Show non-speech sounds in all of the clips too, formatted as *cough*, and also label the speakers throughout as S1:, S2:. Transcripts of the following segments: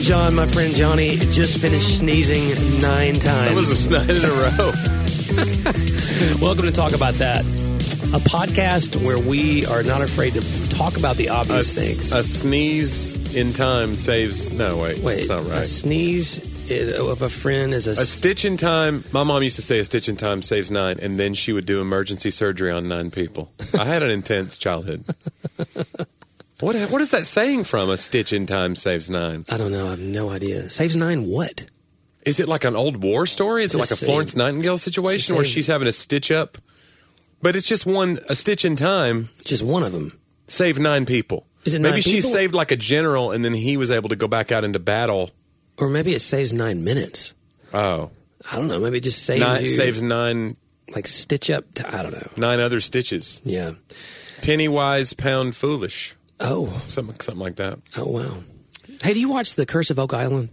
S1: John, my friend Johnny, just finished sneezing nine times.
S2: That was nine in a
S1: *laughs*
S2: row.
S1: Welcome to Talk About That, a podcast where we are not afraid to talk about the
S2: A,
S1: obvious
S2: s-
S1: things.
S2: a sneeze in time saves. No, wait,
S1: Wait,
S2: that's not
S1: a
S2: right.
S1: sneeze i- of a friend is a.
S2: A stitch in time. My mom used to say a stitch in time saves nine, and then she would do emergency surgery on nine people. I
S1: *laughs*
S2: had an intense childhood. What what is that saying from? A stitch in time saves nine.
S1: I don't know. I have no idea. Saves nine what?
S2: Is it like an old war story? Is it
S1: It's
S2: like
S1: the
S2: a Florence
S1: same-
S2: Nightingale situation where
S1: same-
S2: she's having a stitch up? But it's just one a stitch in time
S1: Just one of them.
S2: saved nine people.
S1: Is it
S2: Maybe
S1: nine
S2: she
S1: people?
S2: saved like a general, and then he was able to go back out into battle.
S1: Or maybe it saves nine minutes.
S2: Oh,
S1: I don't know. Maybe it just saves
S2: nine,
S1: you.
S2: saves nine
S1: Like stitch up. T- I don't know.
S2: nine other stitches.
S1: Yeah.
S2: Penny wise, pound foolish,
S1: Oh.
S2: something something like that.
S1: Oh, wow. Hey, do you watch The Curse of Oak Island?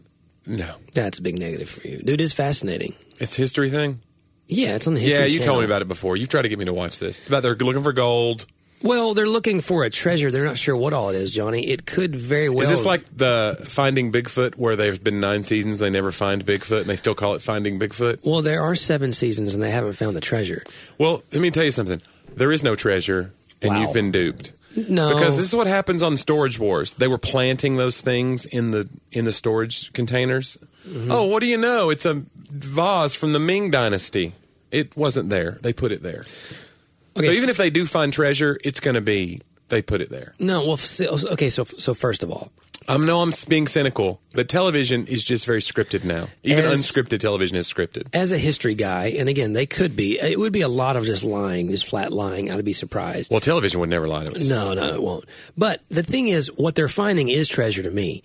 S2: No,
S1: That's a big negative for you. Dude, it's fascinating.
S2: it's history thing.
S1: Yeah, it's on the history.
S2: yeah, you
S1: Channel.
S2: told me about it before. You've tried to get me to watch this. It's about they're looking for gold.
S1: Well, they're looking for a treasure. They're not sure what all it is, Johnny. It could very well.
S2: Is this like the Finding Bigfoot, where there's been nine seasons they never find Bigfoot, and they still call it Finding Bigfoot?
S1: Well, there are seven seasons, and they haven't found the treasure.
S2: Well, let me tell you something. There is no treasure, and
S1: Wow.
S2: you've been duped.
S1: No,
S2: Because this is what happens on storage wars. They were planting those things in the in the storage containers.
S1: Mm-hmm.
S2: Oh, what do you know? It's a vase from the Ming dynasty. It wasn't there. They put it there.
S1: Okay.
S2: So even if they do find treasure, it's going to be they put it there.
S1: no. Well, f- okay. So, so first of all,
S2: I know I'm being cynical, but television is just very scripted now. Even
S1: As-
S2: unscripted television is scripted.
S1: as a history guy, and again, they could be. It would be a lot of just lying, just flat lying. I'd be surprised.
S2: Well, television would never lie to us.
S1: no, no, it won't. But the thing is, what they're finding is treasure to me,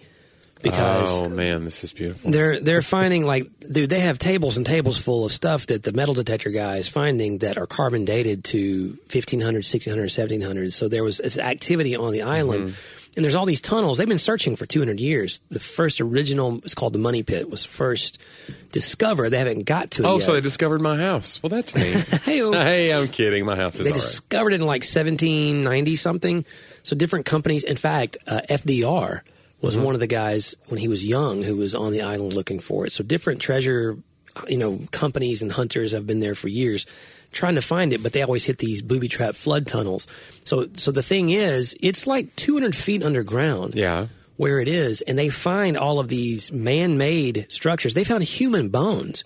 S1: because
S2: Oh man, this is beautiful.
S1: they're they're finding like dude they have tables and tables full of stuff that the metal detector guy is finding that are carbon dated to 1500 1600 1700 so there was this activity on the island
S2: Mm-hmm.
S1: and there's all these tunnels they've been searching for 200 years the first original it's called the money pit was first discovered they haven't got to it
S2: Oh,
S1: yet. oh,
S2: so they discovered my house. Well, that's
S1: *laughs*
S2: neat.
S1: Hey-o.
S2: hey, I'm kidding. My house is
S1: they
S2: all right.
S1: discovered it in like 1790 something. So different companies. In fact, uh, FDR was
S2: Mm-hmm.
S1: one of the guys when he was young who was on the island looking for it. So different treasure, uh, you know, companies and hunters have been there for years trying to find it, but they always hit these booby trap flood tunnels. So, so the thing is, it's like 200 feet underground.
S2: Yeah.
S1: Where it is, and they find all of these man made structures. They found human bones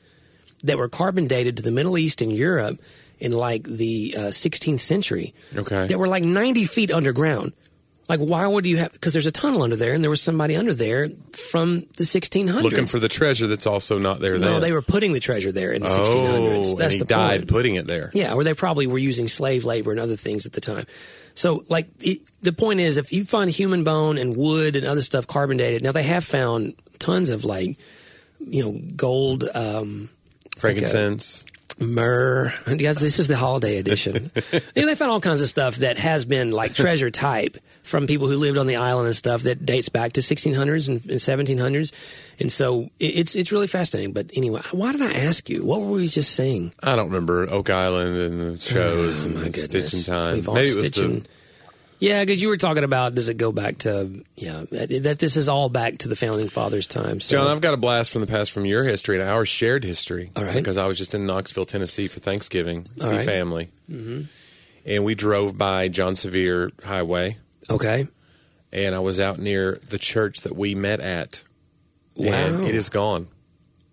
S1: that were carbon dated to the Middle East and Europe in like the uh, 16th century.
S2: Okay.
S1: That were like 90 feet underground. Like, why would you have? Because there's a tunnel under there, and there was somebody under there from the 1600s.
S2: Looking for the treasure that's also not there.
S1: no,
S2: then.
S1: they were putting the treasure there in the 1600s.
S2: Oh,
S1: That's
S2: and he
S1: the
S2: died
S1: point.
S2: putting it there.
S1: Yeah, or they probably were using slave labor and other things at the time. So, like, it, the point is, if you find human bone and wood and other stuff carbon dated, now they have found tons of like, you know, gold, um,
S2: Frankincense.
S1: myrrh. Guys, this is the holiday edition. you know, they found all kinds of stuff that has been like treasure type from people who lived on the island and stuff that dates back to 1600s and, and 1700s. And so it, it's it's really fascinating. But anyway, why did I ask you? What were we just saying?
S2: I don't remember Oak Island and
S1: *sighs*
S2: the shows and
S1: Oh, My
S2: the
S1: goodness.
S2: Oh, stitching time.
S1: We've all
S2: Maybe it was
S1: stitching.
S2: the,
S1: Yeah, because you were talking about does it go back to yeah that that- this is all back to the founding fathers' time. So
S2: John. I've got a blast from the past from your history and our shared history.
S1: All right.
S2: because I was just in Knoxville, Tennessee for Thanksgiving.
S1: All
S2: see
S1: right.
S2: family, mm-hmm. and we drove by John Sevier Highway,
S1: okay,
S2: and I was out near the church that we met at.
S1: Wow.
S2: And it is gone.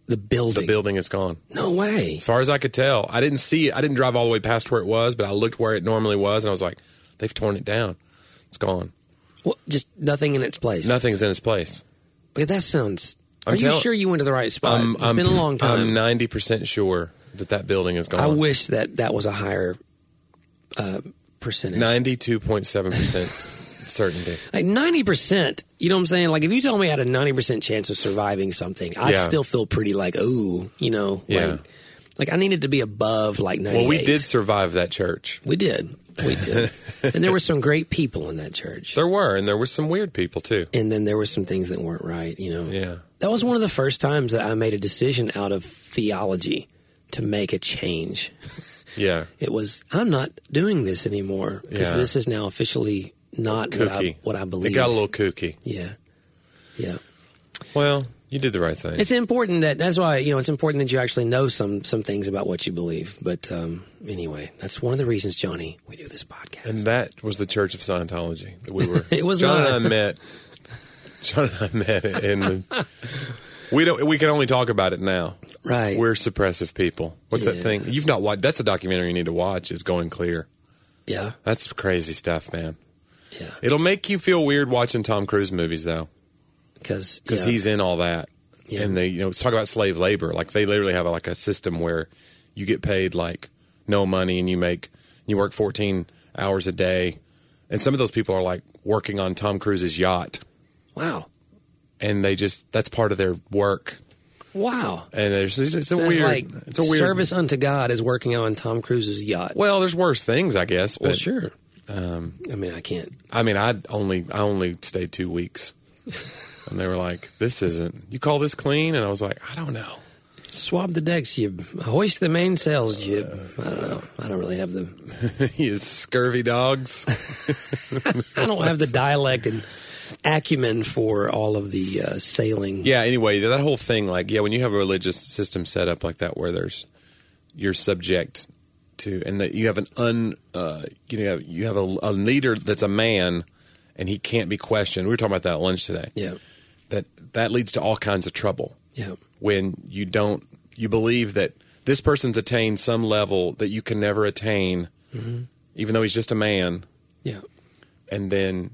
S1: the building.
S2: The building is gone.
S1: no way.
S2: As far as I could tell, I didn't see it. I didn't drive all the way past where it was, but I looked where it normally was, and I was like, "They've torn it down. It's gone.
S1: What, just nothing in its place.
S2: Nothing's in its place."
S1: Okay, that sounds.
S2: I'm
S1: are you
S2: tell-
S1: sure you went to the right spot? It's been a long time.
S2: I'm ninety percent sure that that building is
S1: I
S2: gone.
S1: wish that that was a higher uh, percentage.
S2: Ninety-two point
S1: *laughs*
S2: seven percent certainty.
S1: like ninety percent. You know what I'm saying? Like if you told me I had a ninety percent chance of surviving something, I'd
S2: Yeah.
S1: still feel pretty like ooh, you know,
S2: Yeah.
S1: like like I needed to be above like ninety.
S2: Well, we did survive that church.
S1: We did. We
S2: *laughs*
S1: did. and there were some great people in that church.
S2: There were, and there were some weird people too.
S1: and then there were some things that weren't right, you know.
S2: Yeah.
S1: That was one of the first times that I made a decision out of theology to make a change.
S2: Yeah,
S1: It was I'm not doing this anymore because
S2: Yeah.
S1: this is now officially not what I,
S2: kooky.
S1: what I believe.
S2: It got a little kooky.
S1: yeah. Yeah.
S2: Well, you did the right thing.
S1: It's important that that's why you know it's important that you actually know some some things about what you believe. But um, anyway, that's one of the reasons, Johnny, we do this podcast.
S2: and that was the Church of Scientology that we were.
S1: *laughs* It was
S2: John
S1: not.
S2: and I met. John and I met in the. We don't. We can only talk about it now.
S1: right?
S2: We're suppressive people. What's that
S1: Yeah.
S2: thing? You've not watched. That's a documentary you need to watch. Is Going Clear.
S1: yeah,
S2: That's crazy stuff, man.
S1: yeah,
S2: It'll make you feel weird watching Tom Cruise movies though,
S1: because
S2: because he's in all that.
S1: Yeah.
S2: And they, you know, talk about slave labor. Like they literally have like a system where you get paid like no money and you make you work 14 hours a day. And some of those people are like working on Tom Cruise's yacht
S1: wow,
S2: and they just that's part of their work.
S1: wow.
S2: And there's it's, it's a
S1: That's
S2: weird
S1: like
S2: it's a weird
S1: service unto God is working on Tom Cruise's yacht.
S2: Well, there's worse things, I guess. But um,
S1: Well, sure. I mean, I can't.
S2: I mean, I only I only stayed 2 weeks. and they were like, "This isn't. You call this clean?" And I was like, "I don't know." *laughs*
S1: Swab the decks, you hoist the mainsails, you. I don't know. I don't really have the.
S2: he is scurvy dogs.
S1: I don't have the dialect and acumen for all of the uh, sailing.
S2: yeah. Anyway, that whole thing, like, yeah, when you have a religious system set up like that, where there's you're subject to, and that you have an un, uh, you know, you have, you have a, a leader that's a man, and he can't be questioned. We were talking about that at lunch today.
S1: yeah,
S2: That that leads to all kinds of trouble.
S1: yeah.
S2: when you don't you believe that this person's attained some level that you can never attain even though he's just a man
S1: yeah.
S2: and then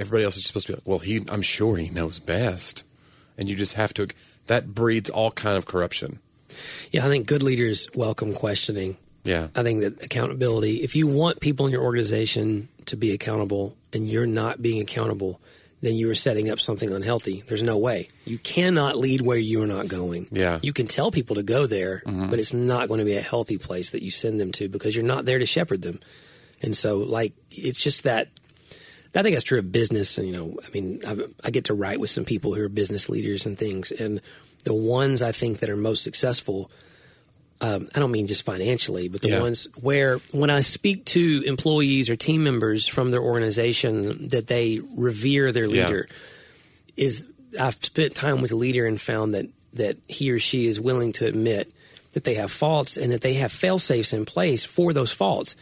S2: everybody else is supposed to be like well he i'm sure he knows best and you just have to that breeds all kind of corruption
S1: Yeah, I think good leaders welcome questioning.
S2: yeah
S1: I think that accountability, if you want people in your organization to be accountable and you're not being accountable, then you are setting up something unhealthy. There's no way. You cannot lead where you're not going.
S2: Yeah. Mm-hmm.
S1: You can tell people to go there, but it's not going to be a healthy place that you send them to because you're not there to shepherd them. And so, like, it's just that I think that's true of business. And, you know, I mean, I, I get to write with some people who are business leaders and things. And the ones I think that are most successful, um, I don't mean just financially, but the
S2: Yeah.
S1: ones where when I speak to employees or team members from their organization that they revere their
S2: Yeah.
S1: leader is I've spent time with the leader and found that that he or she is willing to admit that they have faults and that they have fail safes in place for those faults.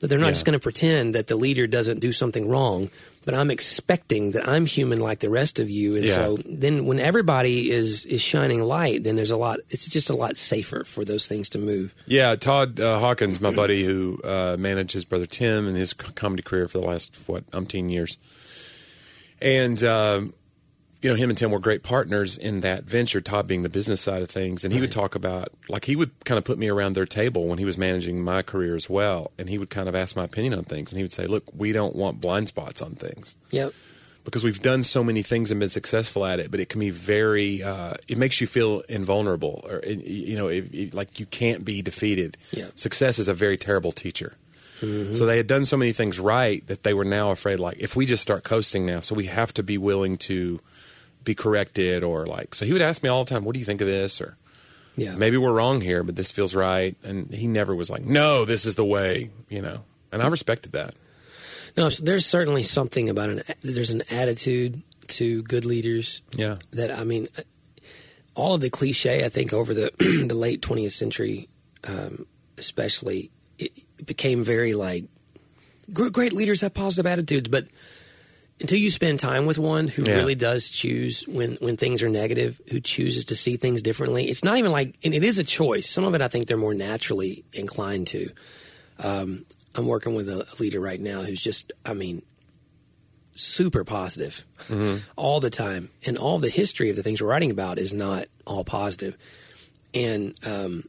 S1: That they're not
S2: Yeah.
S1: just going to pretend that the leader doesn't do something wrong, but I'm expecting that I'm human like the rest of you. And
S2: Yeah.
S1: so then when everybody is is shining light, then there's a lot it's just a lot safer for those things to move.
S2: yeah todd uh, hawkins my buddy who uh, managed his brother tim and his c- comedy career for the last what umpteen years and um, you know him and tim were great partners in that venture todd being the business side of things and he would talk about like he would kind of put me around their table when he was managing my career as well and he would kind of ask my opinion on things and he would say look we don't want blind spots on things
S1: Yep.
S2: because we've done so many things and been successful at it, but it can be very, uh, it makes you feel invulnerable or, it, you know, it, it, like you can't be defeated.
S1: Yeah.
S2: Success is a very terrible teacher. So they had done so many things right that they were now afraid, like, if we just start coasting now, so we have to be willing to be corrected or like, so he would ask me all the time, what do you think of this? Or
S1: Yeah.
S2: maybe we're wrong here, but this feels right. And he never was like, no, this is the way, you know, and I respected that.
S1: No, so there's certainly something about an there's an attitude to good leaders
S2: Yeah.
S1: that I mean, all of the cliche I think over the *clears throat* the late 20th century, um, especially, it became very like great, great leaders have positive attitudes, but until you spend time with one who
S2: Yeah.
S1: really does choose when when things are negative, who chooses to see things differently, it's not even like, and it is a choice. Some of it I think they're more naturally inclined to. Um, I'm working with a leader right now who's just, I mean, super positive *laughs* all the time, and all the history of the things we're writing about is not all positive. And um,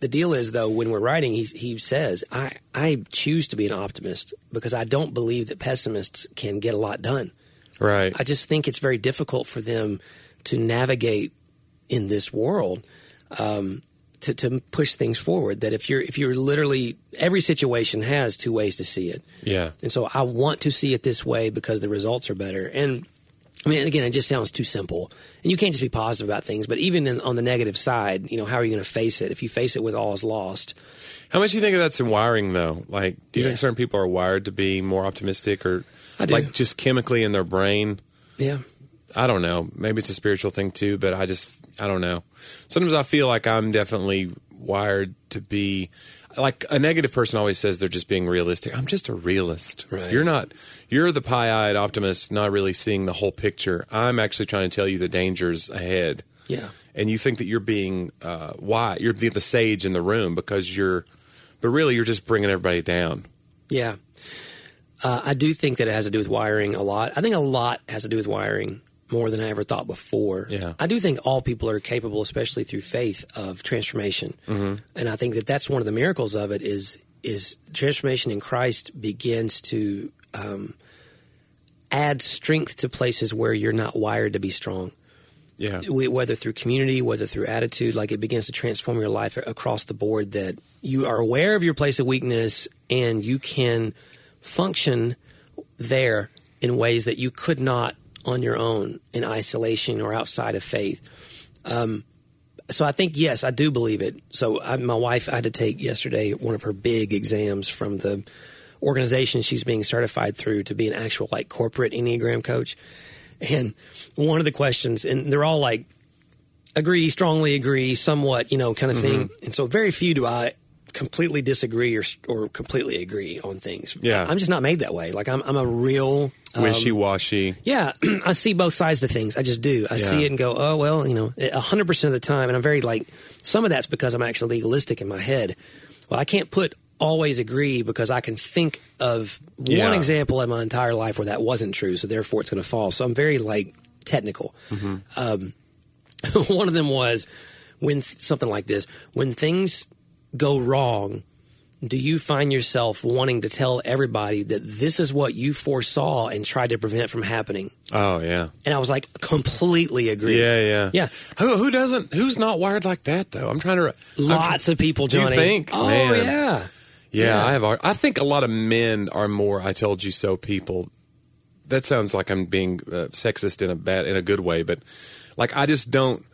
S1: the deal is, though, when we're writing, he, he says, I, "I choose to be an optimist because I don't believe that pessimists can get a lot done.
S2: Right.
S1: I just think it's very difficult for them to navigate in this world." Um, to, to push things forward that if you're if you're literally every situation has two ways to see it
S2: yeah.
S1: and so I want to see it this way because the results are better. And I mean, again, it just sounds too simple. And you can't just be positive about things, but even in, on the negative side, you know, how are you going to face it? If you face it with all is lost,
S2: How much do you think of that's in wiring though? Like, do you
S1: Yeah.
S2: think certain people are wired to be more optimistic or
S1: I do.
S2: like just chemically in their brain?
S1: yeah.
S2: I don't know. Maybe it's a spiritual thing too, but I just I don't know. Sometimes I feel like I'm definitely wired to be like a negative person always says they're just being realistic. I'm just a realist.
S1: Right.
S2: You're not you're the pie-eyed optimist not really seeing the whole picture. I'm actually trying to tell you the dangers ahead.
S1: Yeah.
S2: And you think that you're being uh why you're the, the sage in the room because you're but really you're just bringing everybody down.
S1: Yeah. Uh, I do think that it has to do with wiring a lot. I think a lot has to do with wiring more than I ever thought before.
S2: Yeah.
S1: I do think all people are capable, especially through faith, of transformation. And I think that that's one of the miracles of it is is transformation in Christ begins to um, add strength to places where you're not wired to be strong
S2: Yeah.
S1: we, whether through community, whether through attitude, like it begins to transform your life across the board that you are aware of your place of weakness and you can function there in ways that you could not on your own in isolation or outside of faith. Um, so I think, yes, I do believe it. So I, my wife, I had to take yesterday one of her big exams from the organization she's being certified through to be an actual like corporate Enneagram coach. And one of the questions, and they're all like, agree, strongly agree, somewhat, you know, kind of thing. And so very few do I completely disagree or, or completely agree on things.
S2: Yeah.
S1: I'm just not made that way. Like I'm, I'm a real. um,
S2: Wishy-washy.
S1: yeah, *clears throat* I see both sides of things. I just do. I see it and go, oh well, you know, hundred percent of the time. And I'm very like some of that's because I'm actually legalistic in my head. Well, I can't put always agree because I can think of
S2: Yeah.
S1: one example in my entire life where that wasn't true. So therefore, it's going to fall. So I'm very like technical.
S2: Mm-hmm.
S1: Um, *laughs* one of them was when th- something like this when things go wrong do you find yourself wanting to tell everybody that this is what you foresaw and tried to prevent from happening?
S2: Oh yeah.
S1: And I was like, completely agree.
S2: Yeah, yeah,
S1: Yeah.
S2: Who who doesn't? Who's not wired like that though? I'm trying to. I'm-
S1: Lots of people,
S2: Do you
S1: Johnny.
S2: think?
S1: Oh,
S2: Man.
S1: yeah.
S2: yeah,
S1: yeah.
S2: I have. ar- I think a lot of men are more. I told you so. People. That sounds like I'm being uh, sexist in a bad, in a good way, but like I just don't.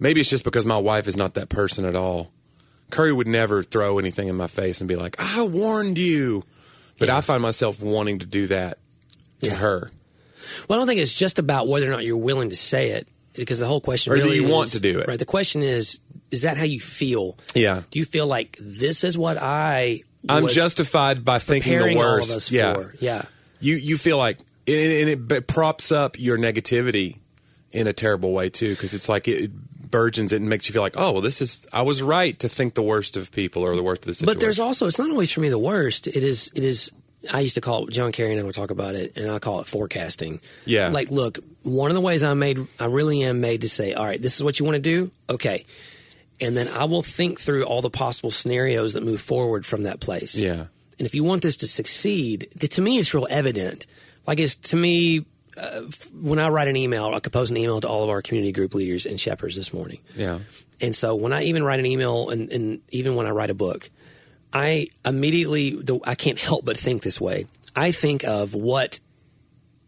S2: Maybe it's just because my wife is not that person at all. Curry would never throw anything in my face and be like, "I warned you," but I find myself wanting to do that to
S1: Yeah.
S2: her.
S1: Well, I don't think it's just about whether or not you're willing to say it, because the whole question
S2: Or do
S1: really
S2: you
S1: is-
S2: want to do it?
S1: Right. The question is, is that how you feel?
S2: Yeah.
S1: Do you feel like this is what I
S2: I'm
S1: was
S2: justified by thinking the
S1: preparing
S2: worst.
S1: all of us
S2: yeah.
S1: for? Yeah.
S2: you you feel like and it, and it b- props up your negativity in a terrible way too because it's like it, it burgeons it and makes you feel like oh well this is I was right to think the worst of people or the worst of the situation.
S1: But there's also it's not always for me the worst. It is it is I used to call it John Kerry and I would talk about it and I call it forecasting.
S2: Yeah.
S1: Like look, one of the ways I'm made I really am made to say, all right, this is what you want to do? Okay. And then I will think through all the possible scenarios that move forward from that place.
S2: yeah
S1: And if you want this to succeed, th- to me, it's real evident. Like, it's to me, uh, f- when I write an email, I compose an email to all of our community group leaders and shepherds this morning.
S2: yeah
S1: And so when I even write an email and, and even when I write a book, I immediately the, I can't help but think this way. I think of what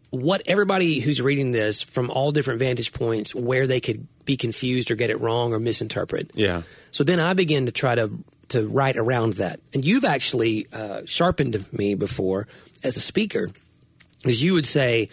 S1: what everybody who's reading this from all different vantage points where they could be confused or get it wrong or misinterpret.
S2: yeah
S1: So then I begin to try to to write around that. And you've actually uh, sharpened me before as a speaker, because you would say,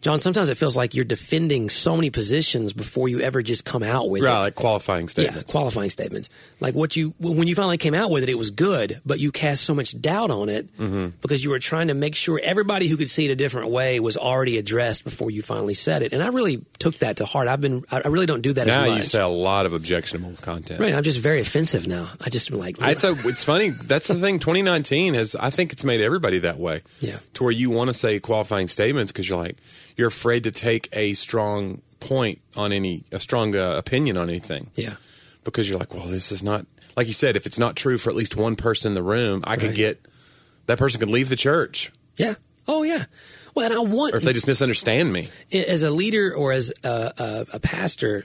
S1: John, sometimes it feels like you're defending so many positions before you ever just come out with
S2: right
S1: it.
S2: like qualifying
S1: Yeah,
S2: statements
S1: qualifying statements. Like what you when you finally came out with it, it was good, but you cast so much doubt on it
S2: Mm-hmm.
S1: because you were trying to make sure everybody who could see it a different way was already addressed before you finally said it. And I really took that to heart. I've been I I really don't do that as
S2: now
S1: much.
S2: you say a lot of objectionable content
S1: right, I'm just very offensive now. I just am like
S2: It's a, it's funny. That's the thing. 2019 has, I think, it's made everybody that way.
S1: Yeah.
S2: To where you want to say qualifying statements because you're like you're afraid to take a strong point on any a strong uh, opinion on anything.
S1: Yeah.
S2: Because you're like, well, this is not like you said. If it's not true for at least one person in the room, I could
S1: Right.
S2: get that person could leave the church,
S1: Yeah. Oh yeah. Well, and I want
S2: or if they just misunderstand me.
S1: as a leader or as a, a, a pastor,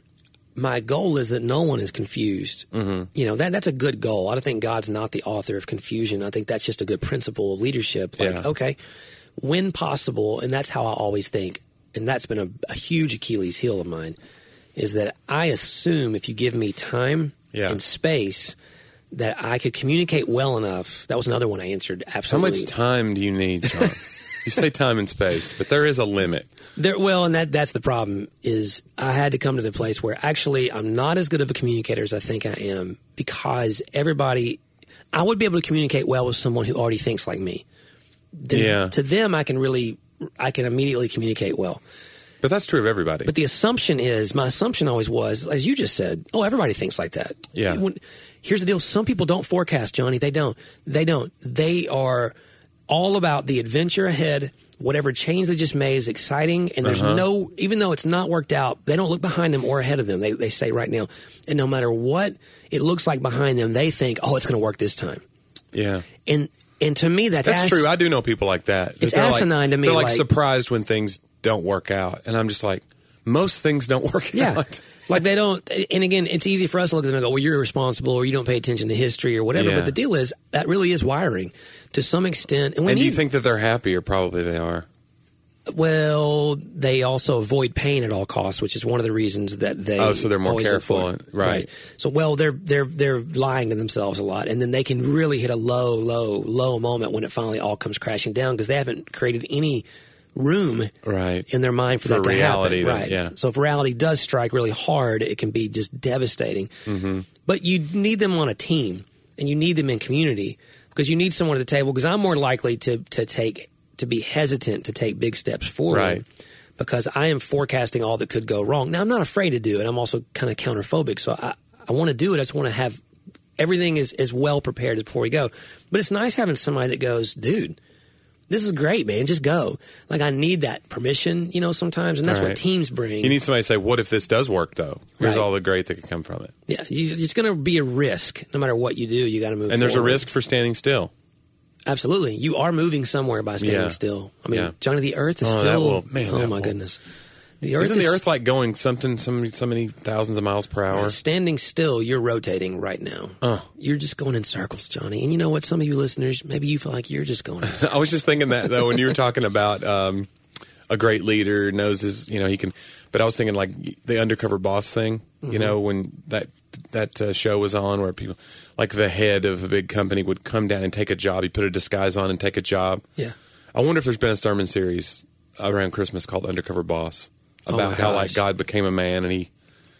S1: my goal is that no one is confused. Mm-hmm. You know that that's a good goal. I don't think God's not the author of confusion. I think that's just a good principle of leadership. Like,
S2: Yeah.
S1: okay, when possible, and that's how I always think. And that's been a, a huge Achilles heel of mine is that I assume if you give me time
S2: Yeah.
S1: and space that I could communicate well enough. That was another one I answered
S2: How
S1: absolutely. *laughs*
S2: much time do you need, John? You say time and space, but there is a limit.
S1: There, well, and that that's the problem is I had to come to the place where actually I'm not as good of a communicator as I think I am because everybody I would be able to communicate well with someone who already thinks like me. Then
S2: Yeah.
S1: To them I can really I can immediately communicate well.
S2: But that's true of everybody.
S1: But the assumption is, my assumption always was, as you just said, oh, everybody thinks like that.
S2: Yeah.
S1: When- here's the deal: some people don't forecast, Johnny. They don't. They don't. They are all about the adventure ahead. Whatever change they just made is exciting, and
S2: Uh-huh.
S1: there's no, even though it's not worked out, they don't look behind them or ahead of them. They they say right now, and no matter what it looks like behind them, they think, oh, it's going to work this time.
S2: yeah.
S1: And and to me, that's
S2: That's
S1: ass-
S2: true. I do know people like that. that
S1: It's
S2: they're
S1: asinine
S2: like,
S1: to me,
S2: They're like,
S1: like-
S2: surprised when things don't work out, and I'm just like, most things don't *laughs* work
S1: Yeah.
S2: out.
S1: like they don't, and again, it's easy for us to look at them and go, well, you're irresponsible or you don't pay attention to history or whatever.
S2: Yeah.
S1: But the deal is, that really is wiring to some extent. And, we
S2: And
S1: need,
S2: you think that they're happier? Probably they are.
S1: well, they also avoid pain at all costs, which is one of the reasons that they.
S2: Oh, so they're more
S1: always
S2: careful
S1: avoid-
S2: and- right.
S1: So, well, they're, they're, they're lying to themselves a lot. And then they can really hit a low, low, low moment when it finally all comes crashing down because they haven't created any room
S2: Right.
S1: in their mind for,
S2: For
S1: that to
S2: reality,
S1: happen.
S2: then,
S1: right.
S2: yeah.
S1: So if reality does strike really hard, it can be just devastating.
S2: Mm-hmm.
S1: But you need them on a team and you need them in community because you need someone at the table because I'm more likely to to take to be hesitant to take big steps forward
S2: Right.
S1: because I am forecasting all that could go wrong. Now I'm not afraid to do it. I'm also kind of counterphobic. So I, I want to do it. I just want to have everything is as well prepared as before we go. But it's nice having somebody that goes, dude, this is great, man. Just go. Like I need that permission, you know, sometimes, and that's
S2: Right.
S1: what teams bring.
S2: You need somebody to say, "What if this does work, though? Here's
S1: Right.
S2: all the great that can come from it."
S1: yeah, you- it's going to be a risk no matter what you do. You got to move.
S2: And there's a
S1: forward.
S2: risk for standing still.
S1: Absolutely, you are moving somewhere by standing
S2: Yeah.
S1: still. I mean,
S2: Yeah.
S1: Johnny, the Earth is
S2: Oh, that
S1: still.
S2: will- man,
S1: oh
S2: that
S1: my
S2: will-
S1: goodness, the Earth
S2: Isn't
S1: is
S2: the Earth like going something so many, so many thousands of miles per hour?
S1: standing still. You're rotating right now.
S2: Oh.
S1: You're just going in circles, Johnny. And you know what? Some of you listeners, maybe you feel like you're just going.
S2: *laughs*
S1: In
S2: *laughs* I was just thinking that though when you were talking about um, a great leader knows his, you know, he can. But I was thinking like the undercover boss thing.
S1: Mm-hmm.
S2: You know, when that that uh, show was on where people, like the head of a big company, would come down and take a job. He put a disguise on and take a job.
S1: Yeah.
S2: I wonder if there's been a sermon series around Christmas called Undercover Boss
S1: Oh,
S2: about
S1: my
S2: how like
S1: gosh.
S2: God became a man and he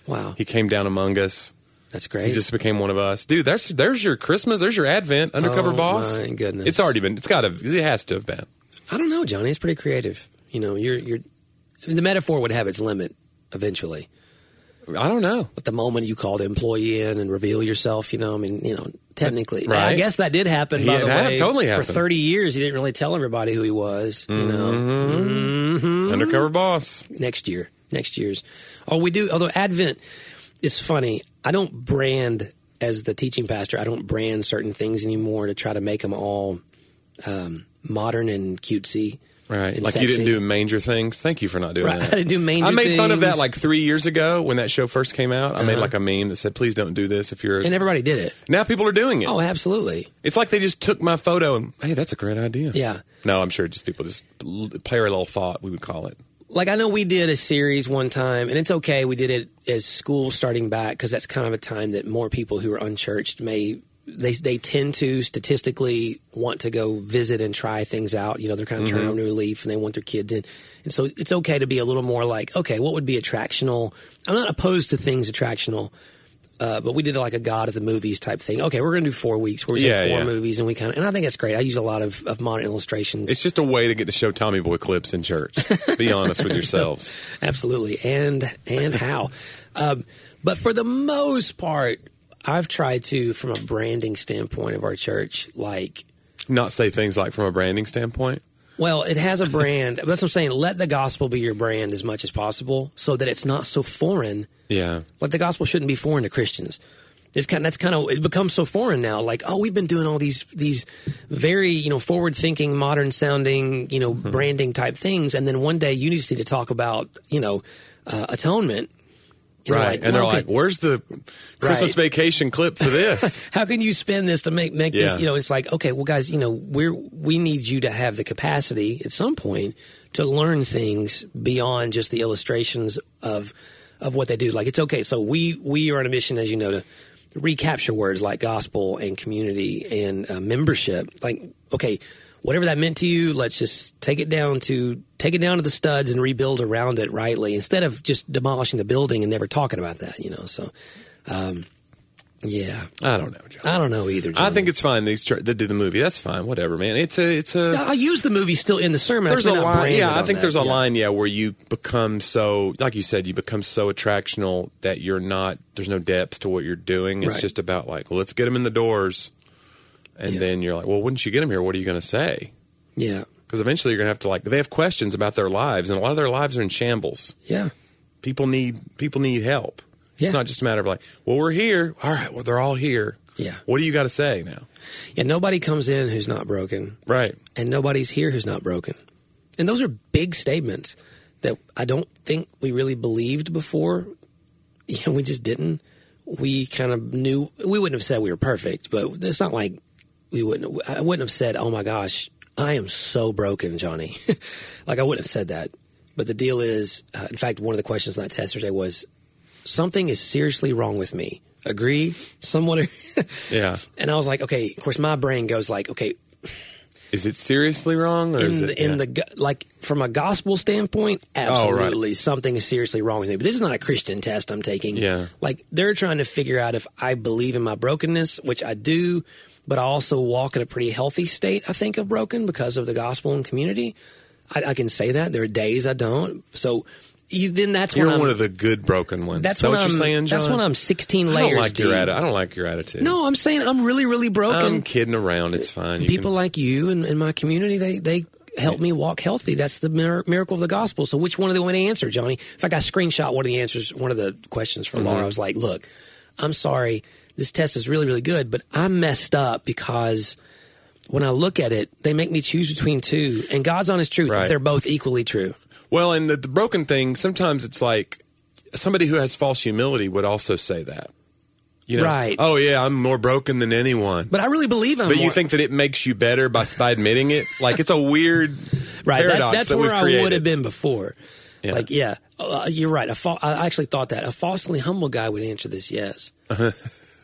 S1: wow,
S2: he came down among us.
S1: that's great.
S2: He just became one of us, dude. There's there's your Christmas. There's your Advent. Undercover
S1: Oh,
S2: boss.
S1: my goodness.
S2: It's already been. It's got to. It has to have been.
S1: I don't know, Johnny. It's pretty creative. You know, you're you're the metaphor would have its limit eventually.
S2: I don't know.
S1: But the moment you call the employee in and reveal yourself, you know, I mean, you know, technically,
S2: Right.
S1: I guess that did happen. By
S2: Yeah,
S1: the
S2: that
S1: way,
S2: totally happened.
S1: for thirty years, he didn't really tell everybody who he was. You
S2: Mm-hmm.
S1: know, Mm-hmm.
S2: Undercover boss.
S1: next year, next year's. Oh, we do. Although Advent is funny, I don't brand as the teaching pastor. I don't brand certain things anymore to try to make them all um, modern and cutesy.
S2: Right.
S1: and
S2: Like you
S1: sexy.
S2: didn't do manger things. Thank you for not doing
S1: Right, *laughs*
S2: that.
S1: I didn't do manger
S2: I made fun of that
S1: things. Uh-huh.
S2: like three years ago when that show first came out. I made like a meme that said, please don't do this if you're.
S1: and everybody did it.
S2: now people are doing it.
S1: Oh, absolutely.
S2: It's like they just took my photo and, hey, that's a great idea.
S1: Yeah.
S2: No, I'm sure just people just l- parallel thought, we would call it.
S1: like I know we did a series one time, and it's okay. We did it as school starting back because that's kind of a time that more people who are unchurched may they they tend to statistically want to go visit and try things out. You know, they're kind of turning on a new leaf, and they want their kids in. And so it's okay to be a little more like, okay, what would be attractional? I'm not opposed to things attractional. Uh, but we did like a God of the movies type thing. Okay, we're going to do four weeks where we
S2: Yeah,
S1: yeah, four
S2: yeah.
S1: movies, and we kind of and I think that's great. I use a lot of, of modern illustrations.
S2: It's just a way to get to show Tommy Boy clips
S1: *laughs*
S2: in church. Be honest with yourselves.
S1: Absolutely, and and how, um, but for the most part, I've tried to, from a branding standpoint of our church, like,
S2: Not say things like from a branding standpoint.
S1: well, it has a brand. that's what I'm saying. Let the gospel be your brand as much as possible, so that it's not so foreign.
S2: Yeah.
S1: Like the gospel shouldn't be foreign to Christians. It's kind. That's kind of. It becomes so foreign now. Like, oh, we've been doing all these these very you know forward thinking, modern sounding you know
S2: Hmm.
S1: branding type things, and then one day you just need to talk about you know uh, atonement. And
S2: Right.
S1: they're
S2: and they're
S1: well, okay,
S2: like, where's the Christmas vacation clip for this?
S1: how can you spend this to make make
S2: Yeah.
S1: this you know it's like okay well guys you know we're we need you to have the capacity at some point to learn things beyond just the illustrations of of what they do like it's okay so we we are on a mission as you know to recapture words like gospel and community and uh, membership like okay whatever that meant to you, let's just take it down to take it down to the studs and rebuild around it rightly instead of just demolishing the building and never talking about that, you know. So, um, yeah,
S2: I don't know, John.
S1: *laughs* I don't know either.
S2: I
S1: John.
S2: think it's fine. These church, they do the movie. That's fine. Whatever, man. It's a it's a
S1: I use the movie still in the sermon. I
S2: there's
S1: just
S2: a
S1: may not brand
S2: line.
S1: it
S2: Yeah, I
S1: on
S2: think
S1: that.
S2: there's a
S1: Yeah.
S2: line. Yeah, where you become so, like you said, you become so attractional that you're not. There's no depth to what you're doing. It's
S1: Right.
S2: just about like, well, let's get them in the doors, and
S1: Yeah.
S2: then you're like, well, once you get them here, what are you going to say?
S1: Yeah,
S2: Because eventually you're going to have to like. They have questions about their lives, and a lot of their lives are in shambles.
S1: yeah,
S2: People need people need help.
S1: Yeah.
S2: It's not just a matter of like, well, we're here. All right, well, they're all here.
S1: Yeah.
S2: What do you got to say now?
S1: yeah. Nobody comes in who's not broken.
S2: Right.
S1: and nobody's here who's not broken. And those are big statements that I don't think we really believed before. *laughs* You know, we just didn't. We kind of knew we wouldn't have said we were perfect, but it's not like we wouldn't. I wouldn't have said, "Oh my gosh, I am so broken, Johnny." *laughs* like I wouldn't have said that. But the deal is, uh, in fact, one of the questions on that test today was, "Something is seriously wrong with me." Agree, someone.
S2: Yeah.
S1: *laughs* and I was like, "Okay." Of course, my brain goes like, "Okay,
S2: Is it seriously wrong, or is
S1: in,
S2: it
S1: the, in the go- like from a gospel standpoint,
S2: Oh, right.
S1: absolutely something is seriously wrong with me. But this is not a Christian test I'm taking.
S2: Yeah.
S1: like they're trying to figure out if I believe in my brokenness, which I do, but I also walk in a pretty healthy state. I think of broken because of the gospel and community. I, I can say that there are days I don't. So you, then that's
S2: You're
S1: when I'm,
S2: one of the good broken ones.
S1: that's
S2: Is that
S1: when
S2: what
S1: I'm
S2: you're saying, John?
S1: that's when I'm 16
S2: I
S1: layers.
S2: don't like your
S1: deep.
S2: attitude. I don't like your attitude.
S1: No, I'm saying I'm really, really broken
S2: I'm kidding around. It's fine. You
S1: people like you and in my community they they help me walk healthy that's the mir- miracle of the gospel so which one do they want to answer johnny in fact i screenshot one of the answers one of the questions for
S2: Mm-hmm.
S1: laura i was like look i'm sorry this test is really really good but i messed up because when i look at it they make me choose between two and god's honest truth
S2: Right.
S1: they're both equally true
S2: Can, well, and the, the broken thing. Sometimes it's like somebody who has false humility would also say that. You know,
S1: Right.
S2: Oh yeah, I'm more broken than anyone. But,
S1: but i really believe i'm
S2: you
S1: more-
S2: think that it makes you better by, by admitting it? Like it's a weird
S1: right that-
S2: paradox
S1: that's
S2: that
S1: where
S2: we've
S1: i
S2: created.
S1: would have been before
S2: Yeah.
S1: like yeah uh, you're right a fa- i actually thought that a falsely humble guy would answer this
S2: *laughs*
S1: yes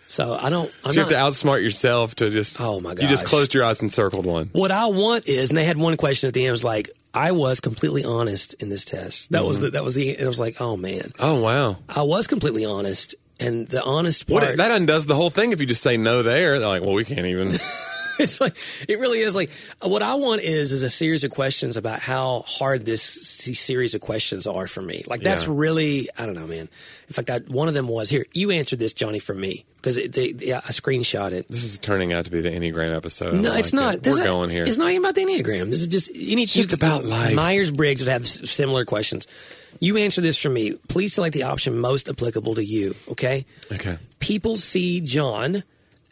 S1: so i don't i'm
S2: So you
S1: not,
S2: have to outsmart yourself to just.
S1: Oh, my
S2: You just
S1: gosh.
S2: closed your eyes and circled one.
S1: what I want is, and they had one question at the end. It was like, I was completely honest in this test. That
S2: Mm-hmm.
S1: was the, that was the. And I was like, oh man,
S2: Oh wow.
S1: I was completely honest, and the honest part.
S2: What that undoes the whole thing if you just say no there. They're like, well, we can't *laughs* even.
S1: *laughs* it's like it really is like what I want is is a series of questions about how hard this se- series of questions are for me. Like that's
S2: Yeah.
S1: really I don't know, man. In fact, I, one of them was here. You answered this, Johnny, for me because it, they, they, I screenshot it.
S2: This is turning out to be the Enneagram episode. I
S1: No,
S2: like
S1: it's not.
S2: it.
S1: This
S2: We're
S1: is-
S2: going here.
S1: It's not even about the Enneagram. This is just any. It's
S2: just about life.
S1: Myers Briggs would have s- similar questions. You answer this for me. Please select the option most applicable to you. Okay.
S2: okay.
S1: People see John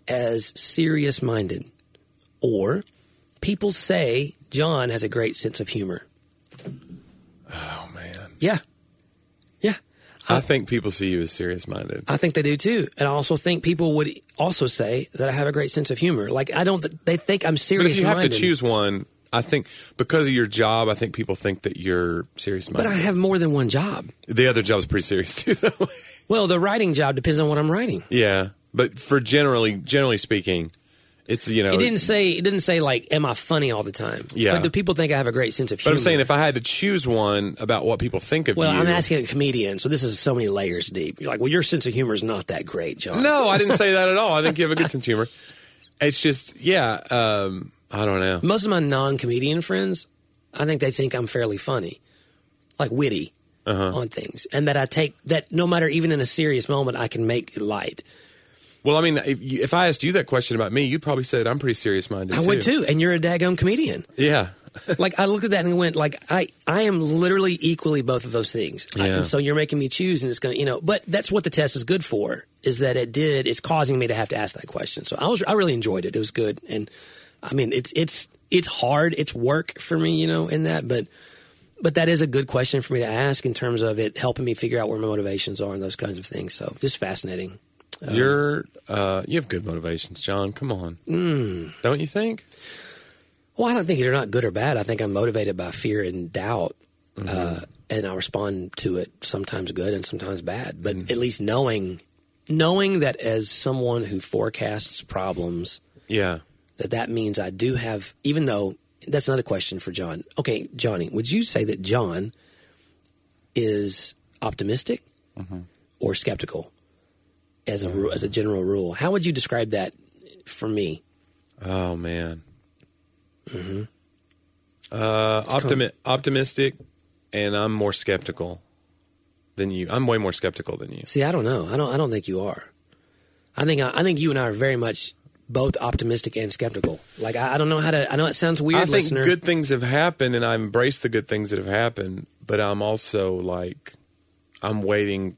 S1: as serious minded, or people say John has a great sense of humor.
S2: Oh man,
S1: Yeah. Yeah.
S2: I think people see you as serious minded.
S1: I think they do too, and I also think people would also say that I have a great sense of humor. Like I don't, they think I'm serious.
S2: But if you have to
S1: minded.
S2: choose one, I think because of your job, I think people think that you're serious
S1: but
S2: minded.
S1: I have more than one job.
S2: the other job's pretty serious *laughs* too, though.
S1: Well, the writing job depends on what I'm writing.
S2: yeah, but for generally, generally speaking, it's you know.
S1: It didn't say it didn't say like, am I funny all the time?
S2: Oh, Yeah.
S1: But do people think I have a great sense of
S2: but
S1: humor?
S2: I'm saying if I had to choose one about what people think of
S1: well,
S2: you,
S1: I'm asking a comedian, so this is so many layers deep. You're like, well, your sense of humor is not that great, John.
S2: No, I didn't say that at all. I think you have a good sense of humor. It's just, yeah, um, I don't know.
S1: Most of my non-comedian friends, I think they think I'm fairly funny, like witty on things, and that I take that no matter even in a serious moment, I can make it light.
S2: Well, I mean, if, you, if I asked you that question about me, you'd probably say that I'm pretty serious minded.
S1: I would too, and you're a daggone comedian.
S2: Yeah.
S1: like I looked at that and went like I I am literally equally both of those things. I-
S2: Yeah.
S1: and so you're making me choose and it's going to you know, but that's what the test is good for is that it did it's causing me to have to ask that question. So I was I really enjoyed it. It was good and I mean it's it's it's hard. It's work for me, you know, in that but but that is a good question for me to ask in terms of it helping me figure out where my motivations are and those kinds of things. So just fascinating.
S2: You're uh, you have good motivations, John. Come on,
S1: Mm.
S2: don't you think?
S1: Well, I don't think they're not good or bad. I think I'm motivated by fear and doubt, uh, and I respond to it sometimes good and sometimes bad. But at least knowing, knowing that as someone who forecasts problems,
S2: Yeah,
S1: that that means I do have, even though that's another question for John. Okay, Johnny, would you say that John is optimistic or skeptical as a ru- as a general rule? How would you describe that for me?
S2: Oh man.
S1: Mm-hmm.
S2: Uh, optimi- optimistic, and I'm more skeptical than you. I'm way more skeptical than you.
S1: See, I don't know. I don't. I don't think you are. I think. I, I think you and I are very much both optimistic and skeptical. Like I, I don't know how to. I know it sounds weird,
S2: I think
S1: listener.
S2: good things have happened, and I embrace the good things that have happened. But I'm also like, I'm waiting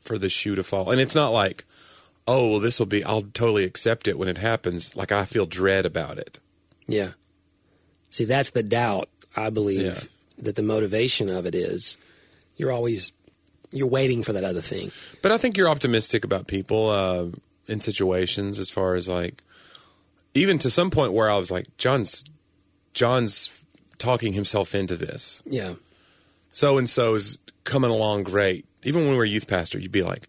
S2: for the shoe to fall, and it's not like, oh, well, this will be. I'll totally accept it when it happens. Like I feel dread about it.
S1: Yeah. See, that's the doubt. I believe
S2: Yeah.
S1: that the motivation of it is you're always you're waiting for that other thing.
S2: But I think you're optimistic about people uh, in situations as far as like, even to some point where I was like, John's, John's talking himself into this.
S1: Yeah.
S2: So and so's coming along great. Even when we were youth pastor, you'd be like,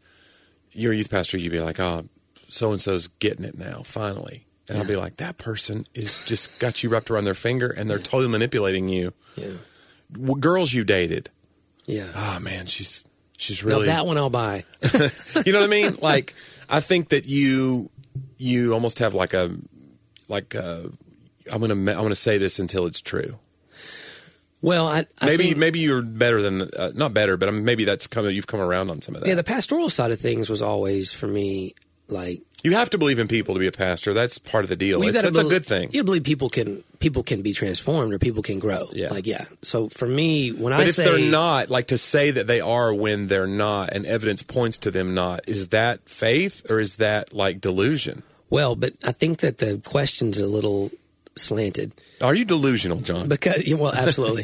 S2: you're a youth pastor, you'd be like, oh, so and so's getting it now, finally. And I'll be like, that person is just got you wrapped around their finger and they're totally manipulating you.
S1: Yeah.
S2: W- Girls you dated.
S1: Yeah.
S2: Oh man, she's she's
S1: No,
S2: really
S1: that one I'll buy.
S2: you know what I
S1: *laughs*
S2: mean? Like, I think that you you almost have like a like a, I'm gonna ma- I'm gonna say this until it's true.
S1: Well, I, I
S2: Maybe
S1: think-
S2: maybe you're better than uh, not better, but um, maybe that's come you've come around on some of that.
S1: yeah, the pastoral side of things was always for me like
S2: you have to believe in people to be a pastor. That's part of the deal.
S1: Well,
S2: it's, it's
S1: bel-
S2: a good thing.
S1: You gotta believe people can people can be transformed or people can grow.
S2: Yeah.
S1: Like yeah. So for me, when I
S2: But if
S1: say
S2: they're not, like to say that they are when they're not, and evidence points to them not, is that faith or is that like delusion?
S1: well, but I think that the question's a little slanted. *laughs*
S2: Are you delusional, John?
S1: Because yeah, well,
S2: *laughs*
S1: absolutely.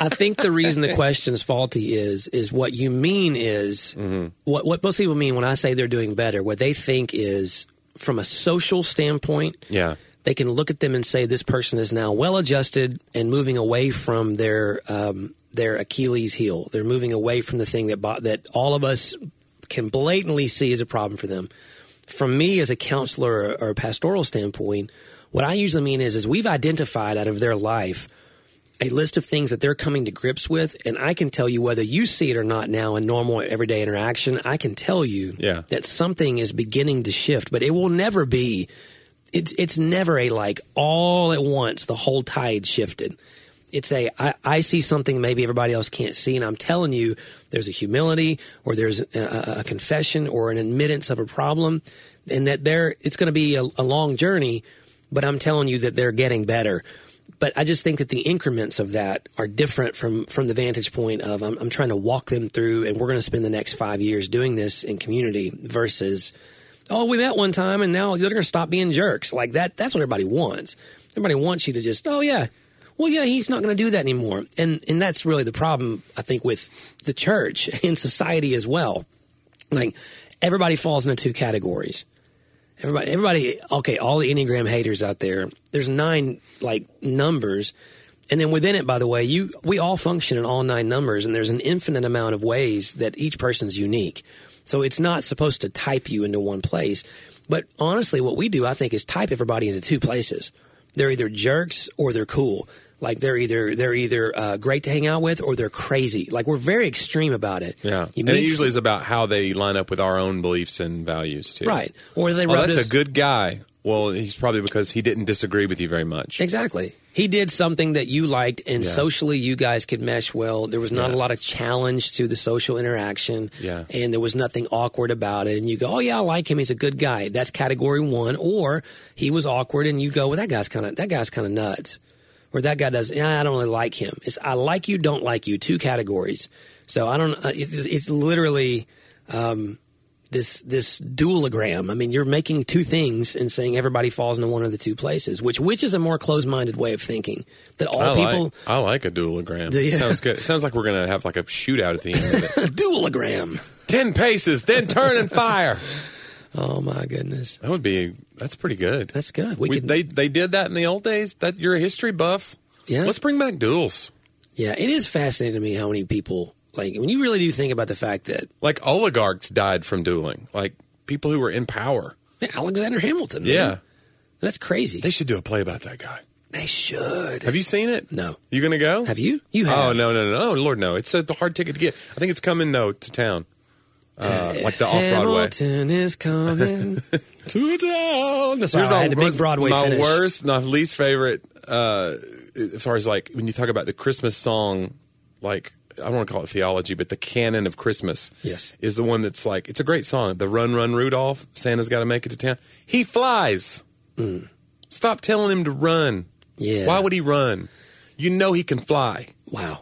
S1: I think the reason the question's faulty is is what you mean is
S2: Mm-hmm.
S1: what what most people mean when I say they're doing better. What they think is from a social standpoint,
S2: yeah,
S1: they can look at them and say this person is now well adjusted and moving away from their um, their Achilles heel. They're moving away from the thing that bo- that all of us can blatantly see as a problem for them. From me as a counselor or, or a pastoral standpoint, what I usually mean is is we've identified out of their life a list of things that they're coming to grips with and I can tell you whether you see it or not now in normal everyday interaction, I can tell you
S2: Yeah.
S1: that something is beginning to shift, but it will never be it's it's never a like all at once the whole tide shifted. It's a I, I see something maybe everybody else can't see, and I'm telling you, there's a humility or there's a, a, a confession or an admittance of a problem, and that there it's going to be a, a long journey, but I'm telling you that they're getting better. But I just think that the increments of that are different from from the vantage point of I'm, I'm trying to walk them through, and we're going to spend the next five years doing this in community versus oh, we met one time and now they're going to stop being jerks. Like that, that's what everybody wants. Everybody wants you to just, oh, yeah, well, yeah, he's not going to do that anymore. And, and that's really the problem, I think, with the church *laughs* and society as well. Like everybody falls into two categories. Everybody, everybody, okay, all the Enneagram haters out there, there's nine like numbers. And then within it, by the way, you we all function in all nine numbers, and there's an infinite amount of ways that each person's unique. So it's not supposed to type you into one place. But honestly, what we do, I think, is type everybody into two places. They're either jerks or they're cool. Like they're either they're either uh, great to hang out with or they're crazy. Like we're very extreme about it.
S2: yeah.
S1: You
S2: And it
S1: meet-
S2: usually is about how they line up with our own beliefs and values too.
S1: right. Or they
S2: Oh,
S1: rubbed
S2: that's
S1: us-
S2: a good guy. Well, he's probably because he didn't disagree with you very much.
S1: Exactly. He did something that you liked, and
S2: Yeah.
S1: socially you guys could mesh well. There was not
S2: Yeah.
S1: a lot of challenge to the social interaction,
S2: Yeah.
S1: and there was nothing awkward about it. And you go, "Oh yeah, I like him. He's a good guy." That's category one. Or he was awkward, and you go, "Well, that guy's kind of that guy's kind of nuts," or that guy does. Yeah, I don't really like him. It's I like you, don't like you. Two categories. So I don't. Uh, it, it's- it's literally um, this this dualogram. I mean, you're making two things and saying everybody falls into one of the two places, which which is a more closed minded way of thinking. That all
S2: I like,
S1: people
S2: I like a dualogram.
S1: Do you?
S2: It Sounds good. It sounds like we're gonna have like a shootout at the end of
S1: *laughs*
S2: it.
S1: dualogram.
S2: Ten paces, then turn and fire.
S1: Oh my goodness,
S2: That would be. That's pretty good.
S1: that's good. We,
S2: we,
S1: could,
S2: they they did that in the old days. That you're a history buff.
S1: Yeah.
S2: Let's bring back duels.
S1: yeah, it is fascinating to me how many people like when you really do think about the fact that
S2: Like oligarchs died from dueling. Like people who were in power.
S1: man, Alexander Hamilton. man,
S2: Yeah.
S1: that's crazy.
S2: They should do a play about that guy.
S1: They should.
S2: Have you seen it?
S1: No.
S2: You gonna go?
S1: Have you? You
S2: Oh
S1: have.
S2: no no no! no, Lord no! It's a hard ticket to get. I think it's coming though to town, uh, like the off Broadway.
S1: Hamilton is coming
S2: *laughs*
S1: to town. That's why
S2: Here's
S1: I had a big Broadway
S2: My
S1: finish.
S2: worst, my least favorite, uh, as far as like when you talk about the Christmas song, like I don't want to call it theology, but the canon of Christmas.
S1: Yes.
S2: is the one that's like it's a great song. The Run Run Rudolph, Santa's got to make it to town. He flies. Stop telling him to run.
S1: Mm. Yeah.
S2: Why would he run? You know he can fly.
S1: Wow.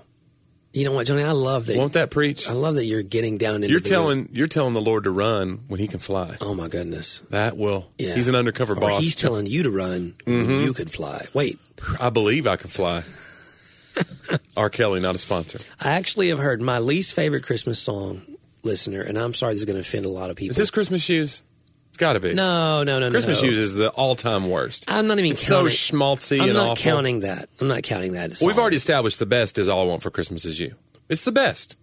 S1: You know what, Johnny? I love that.
S2: Won't that preach?
S1: I love that you're getting down into.
S2: You're
S1: the-
S2: telling you're telling the Lord to run when he can fly.
S1: Oh my goodness.
S2: That will.
S1: Yeah.
S2: He's an undercover
S1: Or
S2: boss. Mm-hmm.
S1: He's telling you to run. when You could fly. Wait,
S2: I believe I
S1: *laughs*
S2: can fly. R. Kelly, not a sponsor.
S1: I actually have heard my least favorite Christmas song, listener, and I'm sorry this is going to offend a lot of people.
S2: Is this Christmas shoes? It's got to be.
S1: no, no, no,
S2: Christmas
S1: no.
S2: shoes is the all-time worst.
S1: I'm not even
S2: It's so
S1: counting.
S2: schmaltzy
S1: I'm
S2: and
S1: not
S2: awful.
S1: counting that. I'm not counting that. as
S2: We've
S1: song.
S2: already established the best is all I want for Christmas is you. It's the best.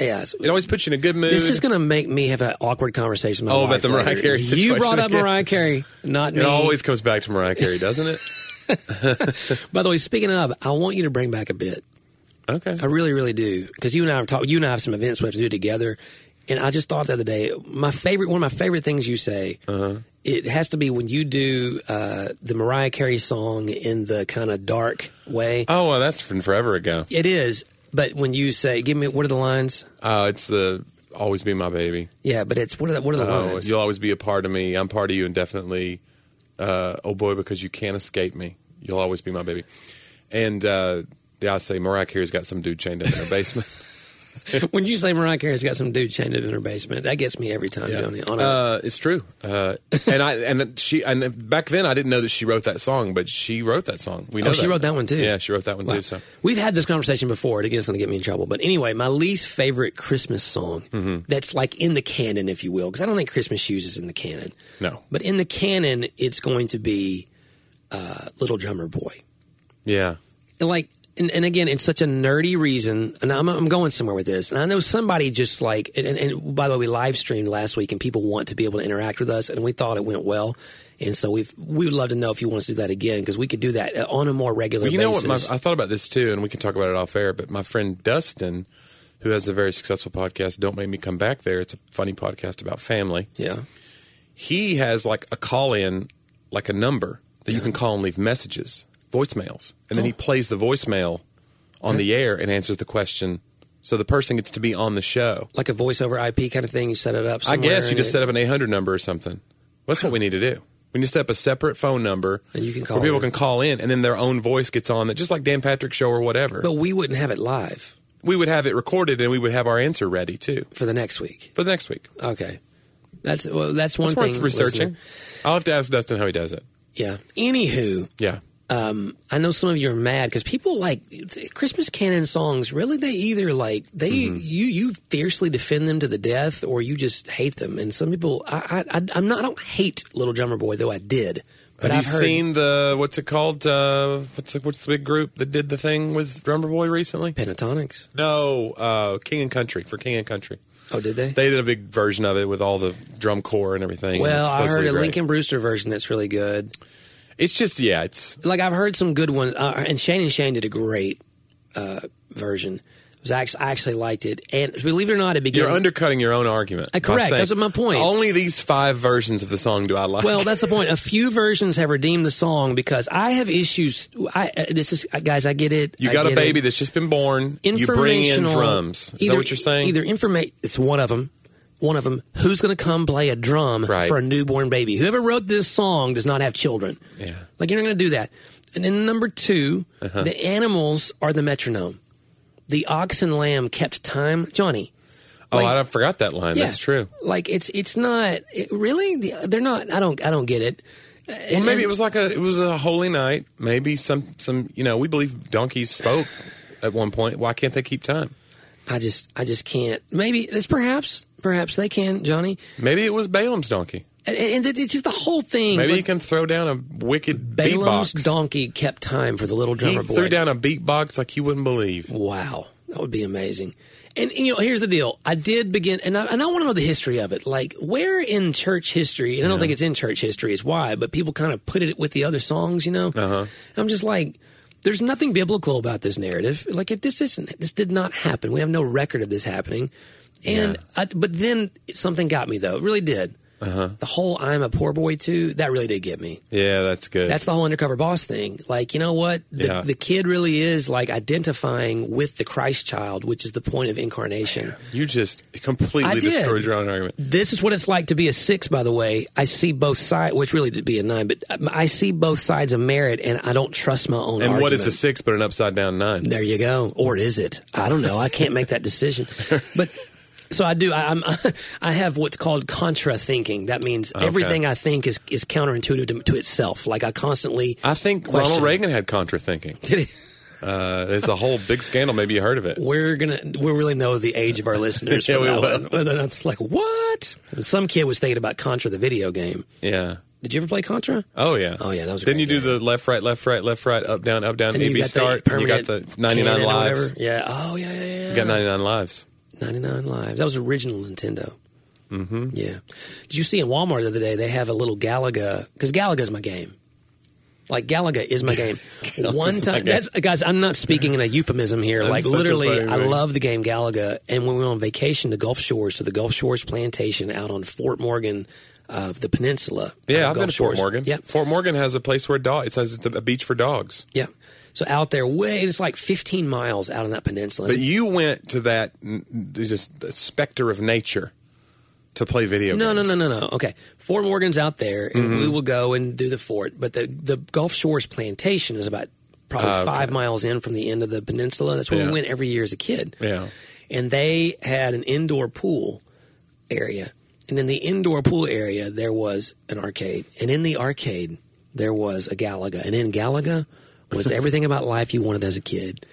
S1: Yeah, it's-
S2: It always puts you in a good mood.
S1: This is going to make me have an awkward conversation. With my
S2: Oh, about
S1: wife
S2: the Mariah
S1: later.
S2: Carey
S1: You
S2: situation
S1: brought up
S2: again.
S1: Mariah Carey, not
S2: it
S1: me.
S2: always comes back to Mariah Carey, doesn't
S1: *laughs*
S2: it?
S1: By the way, speaking of, I want you to bring back a bit.
S2: Okay.
S1: I really, really do. Because you and I have talked. You and I have some events we have to do together. And I just thought the other day, my favorite, one of my favorite things you say,
S2: Uh-huh.
S1: it has to be when you do uh, the Mariah Carey song in the kind of dark way.
S2: Oh, well, that's from forever ago.
S1: It is, but when you say, "Give me," what are the lines?
S2: Uh, it's the always be my baby.
S1: Yeah, but it's what are the, what are the
S2: Oh,
S1: lines?
S2: you'll always be a part of me. I'm part of you indefinitely. Uh, oh boy, because you can't escape me. You'll always be my baby. And uh, yeah, I say Mariah Carey's got some dude chained up in her basement.
S1: *laughs* when you say Mariah Carey's got some dude chained up in her basement, that gets me every time, Johnny. On a,
S2: Uh, it's true. Uh, and I and she and back then I didn't know that she wrote that song, but she wrote that song. We know
S1: Oh, she wrote that one, too.
S2: Yeah, she wrote that one
S1: Wow.
S2: too. So
S1: We've had this conversation before. and Again, it's going to get me in trouble. But anyway, my least favorite Christmas song
S2: Mm-hmm.
S1: that's like in the canon, if you will, because I don't think Christmas Shoes is in the canon.
S2: no,
S1: But in the canon, it's going to be uh, Little Drummer Boy.
S2: yeah,
S1: And like, and, and again, it's such a nerdy reason. And I'm, I'm going somewhere with this. And I know somebody just like, and, and, and by the way, we live streamed last week, and people want to be able to interact with us, and we thought it went well. And so we we would love to know if you want us to do that again because we could do that uh, on a more regular.
S2: Well, you know
S1: basis.
S2: what? My, I thought about this too, and we can talk about it off air. But my friend Dustin, who has a very successful podcast, "Don't Make Me Come Back There," it's a funny podcast about family.
S1: yeah.
S2: He has like a call in, like a number that you can call and leave messages, voicemails,
S1: Oh.
S2: and then he plays the voicemail on the air and answers the question. So the person gets to be on the show.
S1: like a voiceover IP kind of thing. You set it up.
S2: I
S1: Somewhere
S2: guess you
S1: and
S2: just
S1: it-
S2: set up an 800 number or something. That's what we need to do. We need to set up a separate phone number
S1: And you can call
S2: where people
S1: in.
S2: can call in, and then their own voice gets on that, just like Dan Patrick Show or whatever.
S1: But we wouldn't have it live
S2: we would have it recorded, and we would have our answer ready too
S1: for the next week.
S2: for the next week.
S1: Okay, that's well, that's one
S2: It's
S1: thing.
S2: worth researching.
S1: listener.
S2: I'll have to ask Dustin how he does it.
S1: Yeah. Anywho,
S2: Yeah,
S1: um, I know some of you are mad because people like th- Christmas canon songs. Really, they either like they
S2: Mm-hmm.
S1: you you fiercely defend them to the death, or you just hate them. And some people, I, I, I I'm not. I don't hate Little Drummer Boy though. I did. But
S2: have
S1: I've
S2: you
S1: heard,
S2: seen the what's it called? Uh, what's the, what's the big group that did the thing with Drummer Boy recently?
S1: Pentatonics?
S2: No, uh, King and Country for King and Country.
S1: Oh, did they?
S2: They did a big version of it with all the drum corps and everything. and
S1: well,
S2: it's
S1: I
S2: supposedly
S1: heard a
S2: great.
S1: Lincoln Brewster version that's really good.
S2: It's just yeah, it's
S1: like I've heard some good ones, uh, and Shane and Shane did a great uh, version. It was actually, I actually liked it, and believe it or not, it began.
S2: You're undercutting your own argument.
S1: Uh, correct.
S2: by saying,
S1: That's my point.
S2: Only these five versions of the song do I like.
S1: well, that's the point. A few versions have redeemed the song because I have issues. I uh, this is uh, guys, I get it.
S2: *laughs* you
S1: I
S2: got a
S1: get it.
S2: baby that's just been born. You bring in
S1: Informational-
S2: drums. Is that what you're saying?
S1: Either information. It's one of them. One of them. Who's going to come play a drum
S2: Right.
S1: for a newborn baby? Whoever wrote this song does not have children.
S2: Yeah.
S1: Like you're not going to do that. And then number 2
S2: Uh-huh.
S1: the animals are the metronome. The ox and lamb kept time. Johnny.
S2: oh,
S1: like-
S2: I forgot that line.
S1: Yeah.
S2: That's true.
S1: Like it's it's not it, really. the- They're not. I don't. I don't get it.
S2: Well, maybe it was like a it was a holy night. Maybe some some you know we believe donkeys spoke at one point. Why can't they keep time?
S1: I just. I just can't. Maybe it's perhaps. Perhaps they can, Johnny.
S2: Maybe it was Balaam's donkey.
S1: And, and it- it's just the whole thing.
S2: Maybe
S1: Like,
S2: he can throw down a wicked
S1: Balaam's
S2: beatbox.
S1: donkey kept time for the little
S2: he
S1: drummer boy.
S2: threw down a beatbox like you wouldn't believe.
S1: Wow, that would be amazing. And you know, here's the deal. I did begin, and I, and I want to know the history of it. Like, where in church history? And I don't think it's in church history is why, but people kind of put it with the other songs. You know, uh-huh. I'm just like, there's nothing biblical about this narrative. Like, it, this isn't. This did not happen. We have no record of this happening. And I, but then something got me though. It really did. Uh-huh. The whole "I'm a poor boy" too. That really did get me.
S2: Yeah, that's good.
S1: That's the whole undercover boss thing. Like, you know what? The,
S2: Yeah.
S1: the kid really is like identifying with the Christ child, which is the point of incarnation.
S2: you just completely
S1: I did.
S2: destroyed your own argument.
S1: This is what it's like to be a six, by the way. I see both sides, which really to be a nine, but um, I see both sides of merit and I don't trust my own
S2: And what is a
S1: argument.
S2: six but an upside down nine?
S1: There you go. Or is it? I don't know. I can't make that
S2: *laughs*
S1: decision. But so I do. I, I'm, *laughs* I have what's called contra thinking. That means everything I think is, is counterintuitive to, to itself. Like I constantly.
S2: I think Ronald
S1: Question.
S2: Reagan had contra thinking.
S1: *laughs*
S2: Uh, it's a whole big scandal. Maybe you heard of it.
S1: we're gonna we really know the age of our
S2: *laughs*
S1: listeners.
S2: Yeah,
S1: for
S2: we
S1: that one.
S2: will.
S1: And then it's like what? Some kid was thinking about Contra the video game.
S2: Yeah.
S1: Did you ever play Contra?
S2: Oh yeah.
S1: Oh, yeah, that was a
S2: Didn't you
S1: great
S2: do the left, right, left, right, left, right, up, down, up, down,
S1: And
S2: A B
S1: got the
S2: start. and you got the
S1: permanent
S2: ninety nine
S1: cannon or
S2: lives.
S1: whatever. Yeah. Oh yeah yeah yeah.
S2: You got ninety nine lives.
S1: ninety nine lives. That was original Nintendo. Mm-hmm. Yeah. Did you see in Walmart the other day they have a little Galaga because Galaga's my game. Like Galaga is my
S2: *laughs*
S1: game. One
S2: my
S1: time,
S2: game.
S1: that's guys. I'm not speaking in a euphemism here. like
S2: such a
S1: literally,
S2: funny
S1: I
S2: man.
S1: love the game Galaga. And when we were on vacation to Gulf Shores, to the Gulf Shores plantation out on Fort Morgan, uh, the peninsula. out
S2: Yeah,
S1: of
S2: I've
S1: Gulf
S2: been to Fort
S1: Shores.
S2: Morgan.
S1: Yep.
S2: Fort Morgan has a place where dog. It says it's a beach for dogs.
S1: Yeah. So out there, way it's like 15 miles out on that peninsula.
S2: But you went to that n- just the specter of nature to play video
S1: No, no,
S2: games. Mm-hmm.
S1: no, no, no. Okay, Fort Morgan's out there, and we will go and do the fort. But the the Gulf Shores plantation is about probably five miles in from the end of the peninsula. That's where
S2: Oh, Yeah.
S1: we went every year as a kid.
S2: Yeah.
S1: and they had an indoor pool area, and in the indoor pool area there was an arcade, and in the arcade there was a Galaga, and in Galaga was
S2: *laughs*
S1: everything about life you wanted as a kid.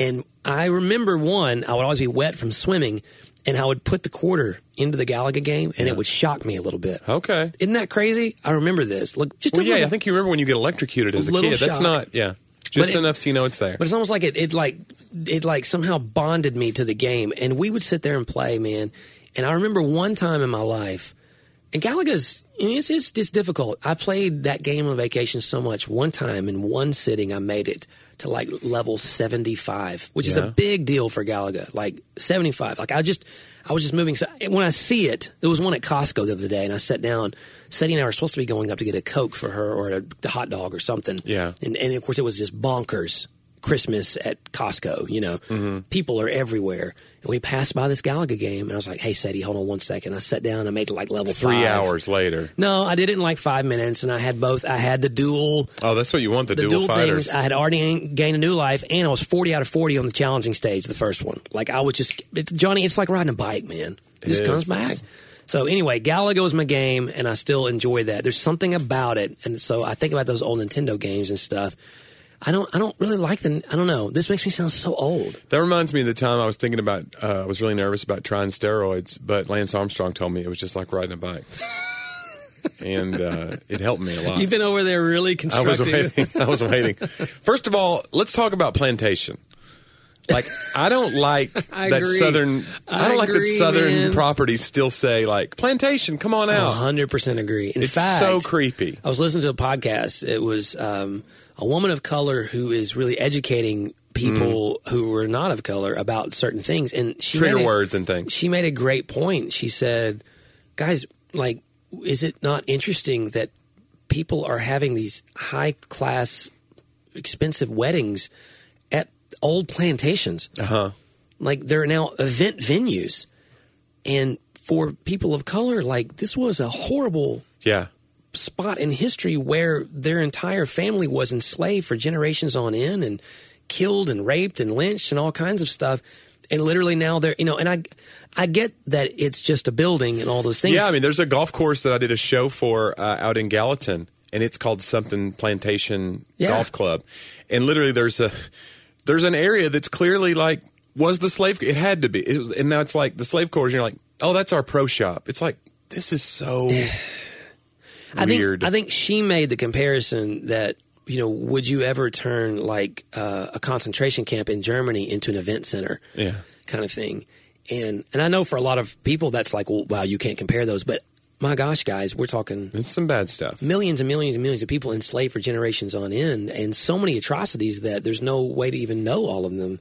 S1: And I remember one, I would always be wet from swimming, and I would put the quarter into the Galaga game, and it would shock me a little bit.
S2: Okay.
S1: Isn't that crazy? I remember this. Look, just
S2: Well,
S1: a
S2: yeah,
S1: little,
S2: I think you remember when you get electrocuted as a
S1: Little
S2: kid. That's
S1: shock.
S2: not. Yeah. Just
S1: But it-
S2: enough so you know it's there.
S1: but it's almost like it, it like it like somehow bonded me to the game, and we would sit there and play, man. And I remember one time in my life, and Galaga's I mean, it's, it's it's difficult. I played that game on vacation so much. One time in one sitting, I made it to like level seventy five, which is
S2: Yeah.
S1: a big deal for Galaga. Like seventy five, like I just I was just moving. So when I see it, it was one at Costco the other day, and I sat down. Sadie and I were supposed to be going up to get a Coke for her or a, hot dog or something.
S2: Yeah.
S1: And, and of course, it was just bonkers Christmas at Costco. You know,
S2: Mm-hmm.
S1: people are everywhere. And we passed by this Galaga game, and I was like, hey, Sadie, hold on one second. I sat down, I made it like level
S2: Three
S1: five.
S2: hours later.
S1: No, I did it in like five minutes, and I had both. I had the dual.
S2: Oh, that's what you want the,
S1: The
S2: dual,
S1: dual
S2: fighters.
S1: things, I had already gained a new life, and I was 40 out of 40 on the challenging stage, the first one. Like, I was just, it's, Johnny, it's like riding a bike, man. It just
S2: is.
S1: comes back. So, anyway, Galaga was my game, and I still enjoy that. There's something about it. And so I think about those old Nintendo games and stuff. I don't, I don't really like the, I don't know. This makes me sound so old.
S2: That reminds me of the time I was thinking about, uh, I was really nervous about trying steroids, but Lance Armstrong told me it was just like riding
S1: *laughs*
S2: a bike. and uh, it helped me a lot.
S1: You've been over there really
S2: I was
S1: constructive.
S2: waiting. I was waiting. First of all, let's talk about plantation. Like, I don't like
S1: *laughs* I
S2: that
S1: agree.
S2: southern, I,
S1: I
S2: don't like that
S1: agree,
S2: southern
S1: man. Oh,
S2: properties still say, like, plantation, come on out.
S1: 100% agree. In
S2: It's
S1: fact,
S2: so creepy.
S1: I was listening to a podcast. It was um, a woman of color who is really educating people who were not of color about certain things, and she
S2: Mm-hmm. Trigger
S1: made a-
S2: words and things.
S1: She made a great point. She said, "Guys, like, is it not interesting that people are having these high class, expensive weddings at old plantations? Uh
S2: Uh-huh.
S1: huh. Like they're now event venues, and for people of color, like this was a horrible."
S2: Yeah.
S1: spot in history where their entire family was enslaved for generations on end and killed and raped and lynched and all kinds of stuff and literally now they're you know and i i get that it's just a building and all those things
S2: Yeah, I mean, there's a golf course that I did a show for uh, out in Gallatin, and it's called something Plantation
S1: Yeah.
S2: Golf Club, and literally there's a there's an area that's clearly like was the slave. It had to be, it was, and now it's like the slave quarters. And you're like, oh, that's our pro shop. It's like this is
S1: *sighs*
S2: so
S1: I think,
S2: weird.
S1: I think she made the comparison that you know, would you ever turn like uh, a concentration camp in Germany into an event center?
S2: Yeah.
S1: kind of thing. And and I know for a lot of people that's like, well, wow, you can't compare those. But my gosh, guys, we're talking
S2: It's some bad stuff.
S1: millions and millions and millions of people enslaved for generations on end, and so many atrocities that there's no way to even know all of them.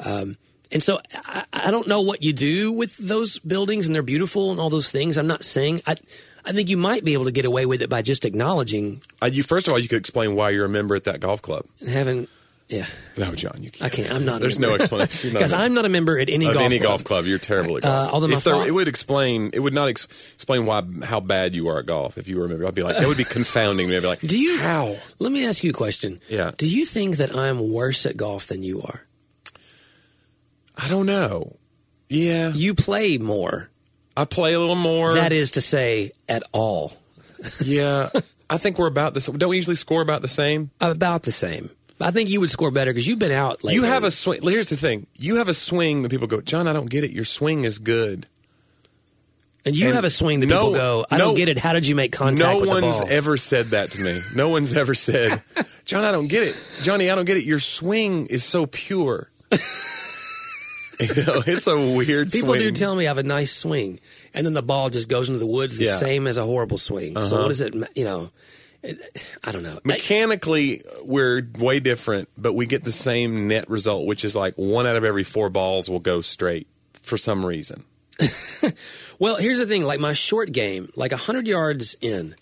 S1: Um, and so I, I don't know what you do with those buildings, and they're beautiful and all those things. I'm not saying I. I think you might be able to get away with it by just acknowledging
S2: I, you first of all, you could explain why you're a member at that golf club.
S1: and having. Yeah,
S2: No, John, you can't.
S1: I can't. I'm not. a
S2: There's
S1: member.
S2: no
S1: *laughs*
S2: explanation. You're not a
S1: because
S2: member.
S1: I'm not a member at any
S2: of
S1: golf
S2: any
S1: club. Uh,
S2: golf club. You're terrible at golf.
S1: although my
S2: If there-
S1: fa-
S2: it would explain, it would not ex- explain why how bad you are at golf. If you remember, I'd be like, that would be confounding. to me. I'd be like,
S1: Do you?
S2: how?
S1: Let me ask you a question.
S2: Yeah.
S1: Do you think that I'm worse at golf than you are?
S2: I don't know. Yeah,
S1: You play more.
S2: I play a little more.
S1: That is to say, at all.
S2: yeah. I think we're about the same. Don't we usually score about the same?
S1: About the same. I think you would score better because you've been out lately.
S2: You have a swing. Here's the thing: you have a swing that people go, John. I don't get it. Your swing is good.
S1: and you
S2: and
S1: have a swing that
S2: no-
S1: people go. I
S2: no-
S1: don't get it. How did you make contact?
S2: No
S1: with
S2: one's
S1: the ball?
S2: ever said that to me. No one's
S1: *laughs*
S2: ever said, John, I don't get it. Johnny, I don't get it. Your swing is so pure. *laughs* you know, it's a weird
S1: People
S2: swing.
S1: do tell me I have a nice swing, and then the ball just goes into the woods the
S2: Yeah. Uh-huh.
S1: same as a horrible swing. So what is it? ma- You know, It- I don't know.
S2: Mechanically, we're way different, but we get the same net result, which is like one out of every four balls will go straight for some reason.
S1: Well, here's the thing. Like my short game, like 100 yards in,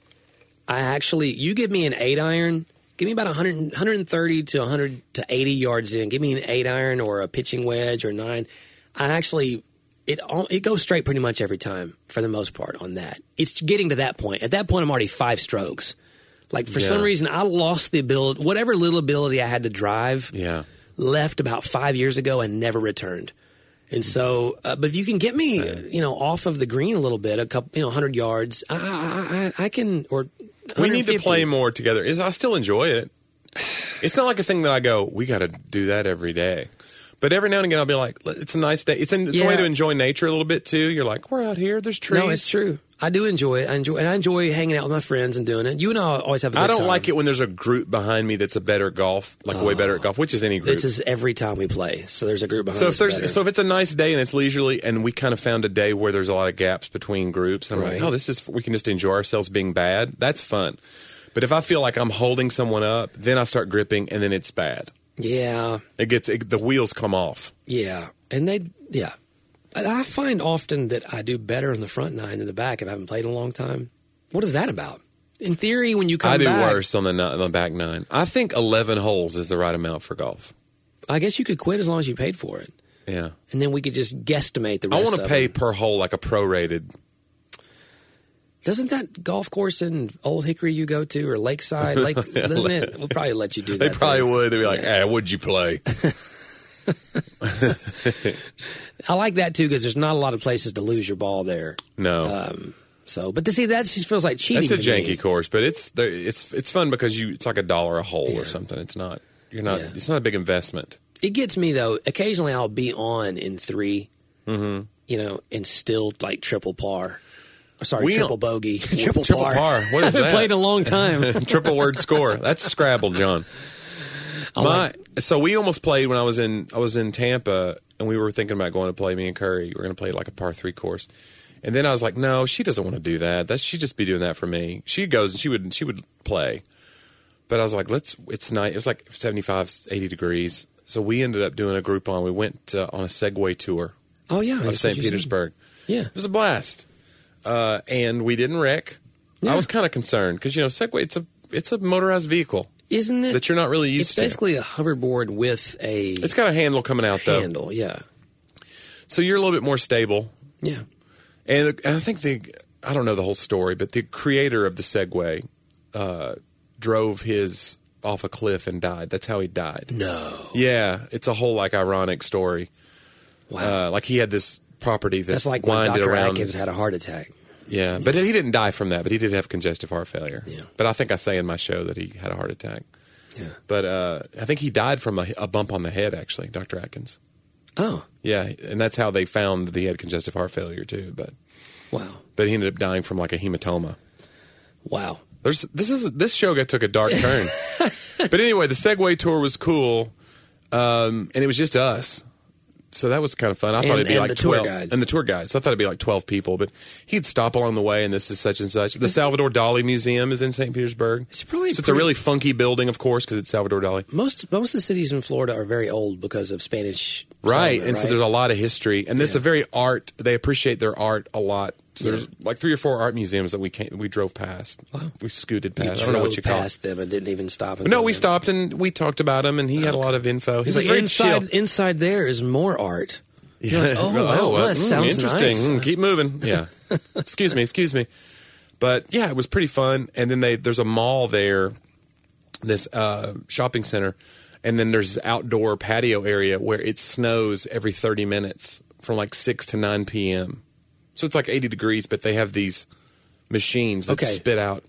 S1: I actually, you give me an eight iron, give me about 100, 130 to 100 to 80 yards in. Give me an eight iron or a pitching wedge or nine. I actually, it all, it goes straight pretty much every time for the most part on that. It's getting to that point. At that point, I'm already five strokes. Like for some
S2: Yeah.
S1: reason, I lost the ability, whatever little ability I had to drive
S2: Yeah.
S1: left about five years ago and never returned. And so, uh, but if you can get me, you know, off of the green a little bit, a couple, you know, hundred yards, I, I, I, I can. Or
S2: We need to
S1: 150.
S2: play more together. Is I still enjoy it. It's not like a thing that I go, we got to do that every day. But every now and again, I'll be like, it's a nice day. It's, an, it's a way
S1: Yeah.
S2: to enjoy nature a little bit too. You're like, we're out here. There's trees.
S1: No, it's true. I do enjoy it. I enjoy, and I enjoy hanging out with my friends and doing it. You and I always have. a good
S2: I don't
S1: time.
S2: like it when there's a group behind me that's a better golf, like way better at golf, which is any group.
S1: This is every time we play. So there's a group behind.
S2: so
S1: us
S2: if there's
S1: better.
S2: so if it's a nice day and it's leisurely, and we kind of found a day where there's a lot of gaps between groups, and I'm
S1: Right.
S2: like, oh, this is we can just enjoy ourselves being bad. That's fun. But if I feel like I'm holding someone up, then I start gripping, and then it's bad.
S1: yeah,
S2: It gets it, the wheels come off.
S1: yeah, and they, yeah, and I find often that I do better in the front nine than the back if I haven't played in a long time. What is that about? In theory, when you come
S2: I do
S1: back,
S2: worse on the ni- on the back nine. I think eleven holes is the right amount for golf.
S1: I guess you could quit as long as you paid for it.
S2: Yeah,
S1: and then we could just guesstimate the
S2: I
S1: rest.
S2: want
S1: of
S2: to
S1: it.
S2: pay per hole like a prorated.
S1: Doesn't that golf course in Old Hickory you go to or Lakeside?
S2: *laughs*
S1: Lake, doesn't it? We'll probably let you do
S2: They
S1: that.
S2: probably
S1: thing.
S2: would. They'd be like, "Ah, would you play?"
S1: I like that too because there's not a lot of places to lose your ball there.
S2: No.
S1: Um, so, but to see that just feels like cheating.
S2: It's a
S1: to me.
S2: janky course, but it's there- it's it's fun because you it's like a dollar a hole or something. It's not you're not
S1: Yeah.
S2: it's not a big investment. *laughs*
S1: It gets me though. Occasionally, I'll be on in 3
S2: Mm-hmm.
S1: you know, and still like triple par. Sorry,
S2: We don't-
S1: triple bogey, triple,
S2: *laughs* triple par. What
S1: *laughs*
S2: is
S1: I haven't
S2: that?
S1: played in a long time.
S2: *laughs* Triple word score. That's Scrabble, John.
S1: I
S2: My
S1: like-
S2: so we almost played when I was in I was in Tampa and we were thinking about going to play me and Curry. We are going to play like a par three course, and then I was like, no, she doesn't want to do that. That she'd just be doing that for me. She goes and she would she would play, but I was like, let's. It's night. It was like 75, 80 degrees. So we ended up doing a group on. We went uh, on a Segway tour
S1: oh yeah,
S2: of
S1: that's what
S2: St.
S1: you said.
S2: Petersburg.
S1: Yeah,
S2: It was a blast, uh, and we didn't wreck. I
S1: Yeah.
S2: was kind of concerned because you know Segway it's a it's a motorized vehicle
S1: isn't it?
S2: that you're not really used
S1: It's
S2: to.
S1: basically a hoverboard with a
S2: it's got a handle coming out though,
S1: handle. Yeah,
S2: so you're a little bit more stable.
S1: yeah.
S2: And, and I think the I don't know the whole story, but the creator of the Segway uh, drove his off a cliff and died. That's how he died.
S1: No,
S2: Yeah, it's a whole like ironic story.
S1: wow.
S2: Uh, like he had this property that
S1: That's like when
S2: winded
S1: Dr.
S2: around
S1: Atkins had a heart attack.
S2: Yeah, but he didn't die from that, but he did have congestive heart failure.
S1: Yeah.
S2: But I think I say in my show that he had a heart attack.
S1: Yeah.
S2: But uh, I think he died from a, a bump on the head, actually, Dr. Atkins.
S1: Oh,
S2: Yeah, and that's how they found that he had congestive heart failure too. But
S1: wow,
S2: but he ended up dying from like a hematoma.
S1: wow.
S2: There's this is this show got took a
S1: *laughs*
S2: dark turn. but anyway, the Segway tour was cool, um, and it was just us. so that was kind of fun. I
S1: And-
S2: thought it'd be
S1: and
S2: like
S1: the tour
S2: 12
S1: guide.
S2: and the tour guide. So I thought it'd be like 12 people, but he'd stop along the way and this is such and such. The Salvador Dali Museum is in St. Petersburg.
S1: It's probably
S2: so it's a
S1: pretty-
S2: really funky building, of course, because it's Salvador Dali.
S1: Most most of the cities in Florida are very old because of Spanish.
S2: Right.
S1: settlement,
S2: And so
S1: right?
S2: there's a lot of history and this is a very art. They appreciate their art a lot. So there's like three or four art museums that we came, we drove past. Wow. We scooted past.
S1: You
S2: I don't know what
S1: drove
S2: you call it.
S1: past them and didn't even stop. And
S2: No,
S1: go
S2: we
S1: in.
S2: stopped and we talked about him, and he had a lot of info. He's
S1: It's
S2: like
S1: like
S2: very
S1: inside
S2: chill.
S1: inside there is more art. You're
S2: *laughs*
S1: like, oh,
S2: Well,
S1: wow, well,
S2: well,
S1: that
S2: mm,
S1: sounds
S2: interesting.
S1: nice.
S2: Mm,
S1: *laughs*
S2: keep moving. Yeah. excuse me. Excuse me. But yeah, it was pretty fun. And then they there's a mall there, this uh, shopping center, and then there's this outdoor patio area where it snows every 30 minutes from like six to 9 p.m. So it's like 80 degrees, but they have these machines that
S1: Okay.
S2: spit out.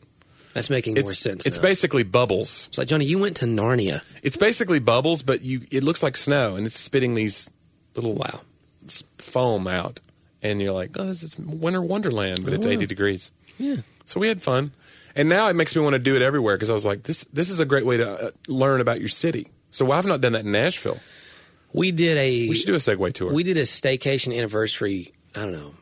S1: That's making more
S2: It's,
S1: sense.
S2: it's
S1: now.
S2: basically bubbles.
S1: It's like Johnny, you went to Narnia.
S2: It's basically bubbles, but you it looks like snow, and it's spitting these little
S1: Wow.
S2: s- foam out, and you're like, oh, this is winter wonderland, but it's
S1: wow.
S2: 80 degrees.
S1: Oh. Yeah.
S2: So we had fun, and now it makes me want to do it everywhere because I was like, this this is a great way to uh, learn about your city. So why have not done that in Nashville?
S1: We did a
S2: We should do a Segway tour.
S1: we did a staycation anniversary. I don't know.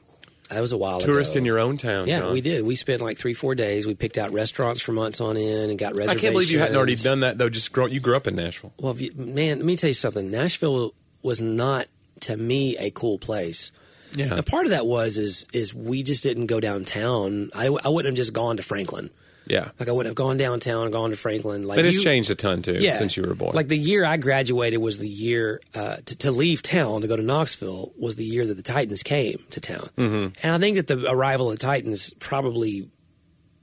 S1: That was a while ago.
S2: tourist in your own town.
S1: Yeah,
S2: John.
S1: we did. We spent like three, four days. We picked out restaurants for months on end and got
S2: I
S1: reservations.
S2: can't believe you hadn't already done that though. Just grow, you grew up in Nashville.
S1: Well, if you- man, let me tell you something. Nashville was not to me a cool place.
S2: Yeah,
S1: Now, part of that was is is we just didn't go downtown. I, I wouldn't have just gone to Franklin.
S2: yeah.
S1: Like I wouldn't have gone downtown, gone to Franklin. Like
S2: But it's
S1: you-
S2: changed a ton too
S1: yeah.
S2: since you were a boy.
S1: Like the year I graduated was the year uh, to, to leave town to go to Knoxville was the year that the Titans came to town, mm-hmm. and I think that the arrival of the Titans probably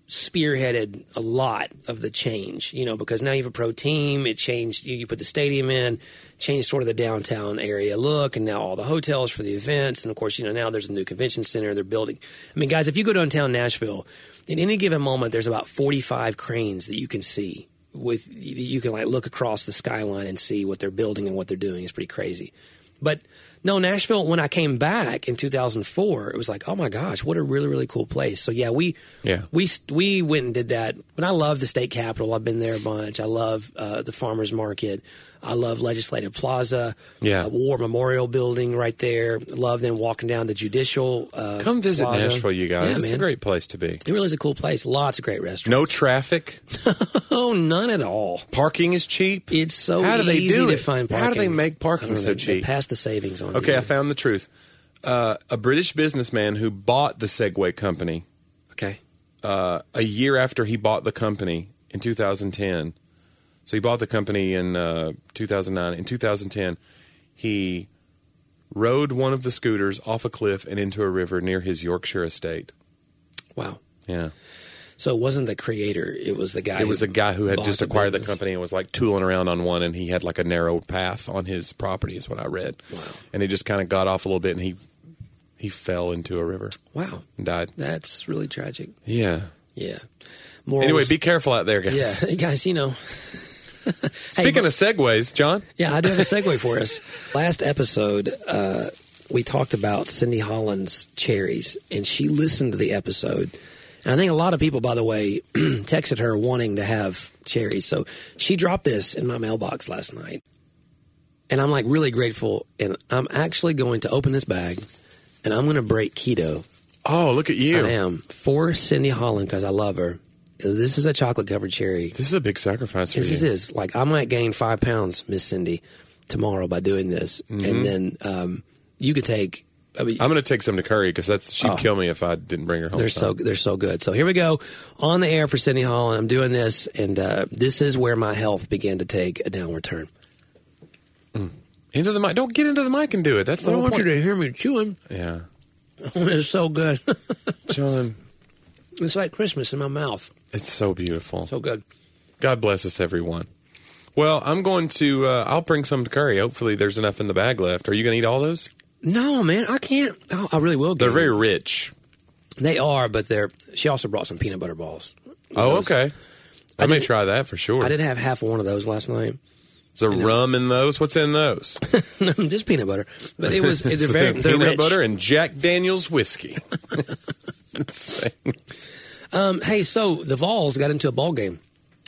S1: spearheaded a lot of the change. You know, because now you have a pro team. It changed. You, you put the stadium in, changed sort of the downtown area look, and now all the hotels for the events, and of course, you know, now there's a new convention center they're building. I mean, guys, if you go downtown Nashville, in any given moment, there's about 45 cranes that you can see with you can like look across the skyline and see what they're building and what they're doing It's pretty crazy. But no, Nashville. When I came back in 2004, it was like, oh my gosh, what a really really cool place. So yeah, we
S2: Yeah.
S1: we we went and did that. But I love the state capitol. I've been there a bunch. I love uh, the farmers market. I love Legislative Plaza.
S2: Yeah.
S1: uh, War Memorial Building right there. Love then walking down the judicial. Uh,
S2: Come visit
S1: plaza.
S2: Nashville, you guys.
S1: Yeah,
S2: it's a
S1: man.
S2: great place to be.
S1: It really is a cool place. Lots of great restaurants.
S2: No traffic.
S1: Oh, none at all.
S2: Parking is cheap.
S1: It's so
S2: How do they
S1: easy
S2: do
S1: to
S2: it?
S1: find
S2: How
S1: parking.
S2: do they make parking
S1: I don't know,
S2: so
S1: they- they
S2: cheap?
S1: Pass the savings on.
S2: Okay,
S1: you.
S2: I found the truth. Uh, a British businessman who bought the Segway company
S1: okay.
S2: uh, a year after he bought the company in 2010. So he bought the company in uh, 2009. In 2010, he rode one of the scooters off a cliff and into a river near his Yorkshire estate.
S1: Wow.
S2: Yeah,
S1: So it wasn't the creator; it was the guy.
S2: it was a guy who had
S1: bought
S2: just
S1: the
S2: acquired the,
S1: business.
S2: company and was like tooling around on one, and he had like a narrow path on his property. Is what I read.
S1: Wow.
S2: And he just kind of got off a little bit, and he he fell into a river
S1: Wow,
S2: and died.
S1: that's really tragic.
S2: Yeah.
S1: Yeah. Morals,
S2: Anyway, be careful out there, guys.
S1: yeah, *laughs* guys. You know.
S2: *laughs* Speaking of segues, John,
S1: Yeah, I do have a segue for us.
S2: *laughs*
S1: Last episode, uh, we talked about Cindy Holland's cherries, and she listened to the episode. And I think a lot of people, by the way, *clears throat* texted her wanting to have cherries. So she dropped this in my mailbox last night. And I'm like really grateful. And I'm actually going to open this bag and I'm going to break keto.
S2: oh look at
S1: I
S2: you!
S1: am for Cindy Holland because I love her. This is a chocolate covered cherry.
S2: This is a big sacrifice for
S1: This
S2: you.
S1: is is like I might gain five pounds, Miss Cindy, tomorrow by doing this, and then um, you could take. I mean,
S2: I'm going to take some to Curry because that's she'd
S1: Oh.
S2: kill me if I didn't bring her home.
S1: they're so
S2: son.
S1: they're so good. So here we go on the air for Cindy Hall, and I'm doing this, and uh, this is where my health began to take a downward turn.
S2: into the mic. Don't get into the mic and do it. That's the whole point.
S1: to hear me chewing.
S2: yeah,
S1: *laughs* it's so good. *laughs*
S2: John,
S1: it's like Christmas in my mouth.
S2: it's so beautiful.
S1: So good.
S2: God bless us, everyone. Well, I'm going to. Uh, I'll bring some to Curry. Hopefully, there's enough in the bag left. Are you going to eat all those?
S1: No, man, I can't. Oh, I really will.
S2: They're
S1: gain.
S2: very rich.
S1: They are, but they're. She also brought some peanut butter balls.
S2: Oh, okay. I, may
S1: did-
S2: try that for sure.
S1: I did have half one of those last night. *laughs*
S2: Is there rum in those? What's in those?
S1: just peanut butter. But it was *laughs* it's a very *laughs* they're
S2: peanut
S1: rich.
S2: butter and Jack Daniels
S1: *laughs*
S2: whiskey.
S1: Um, hey, so the Vols got into a ball game.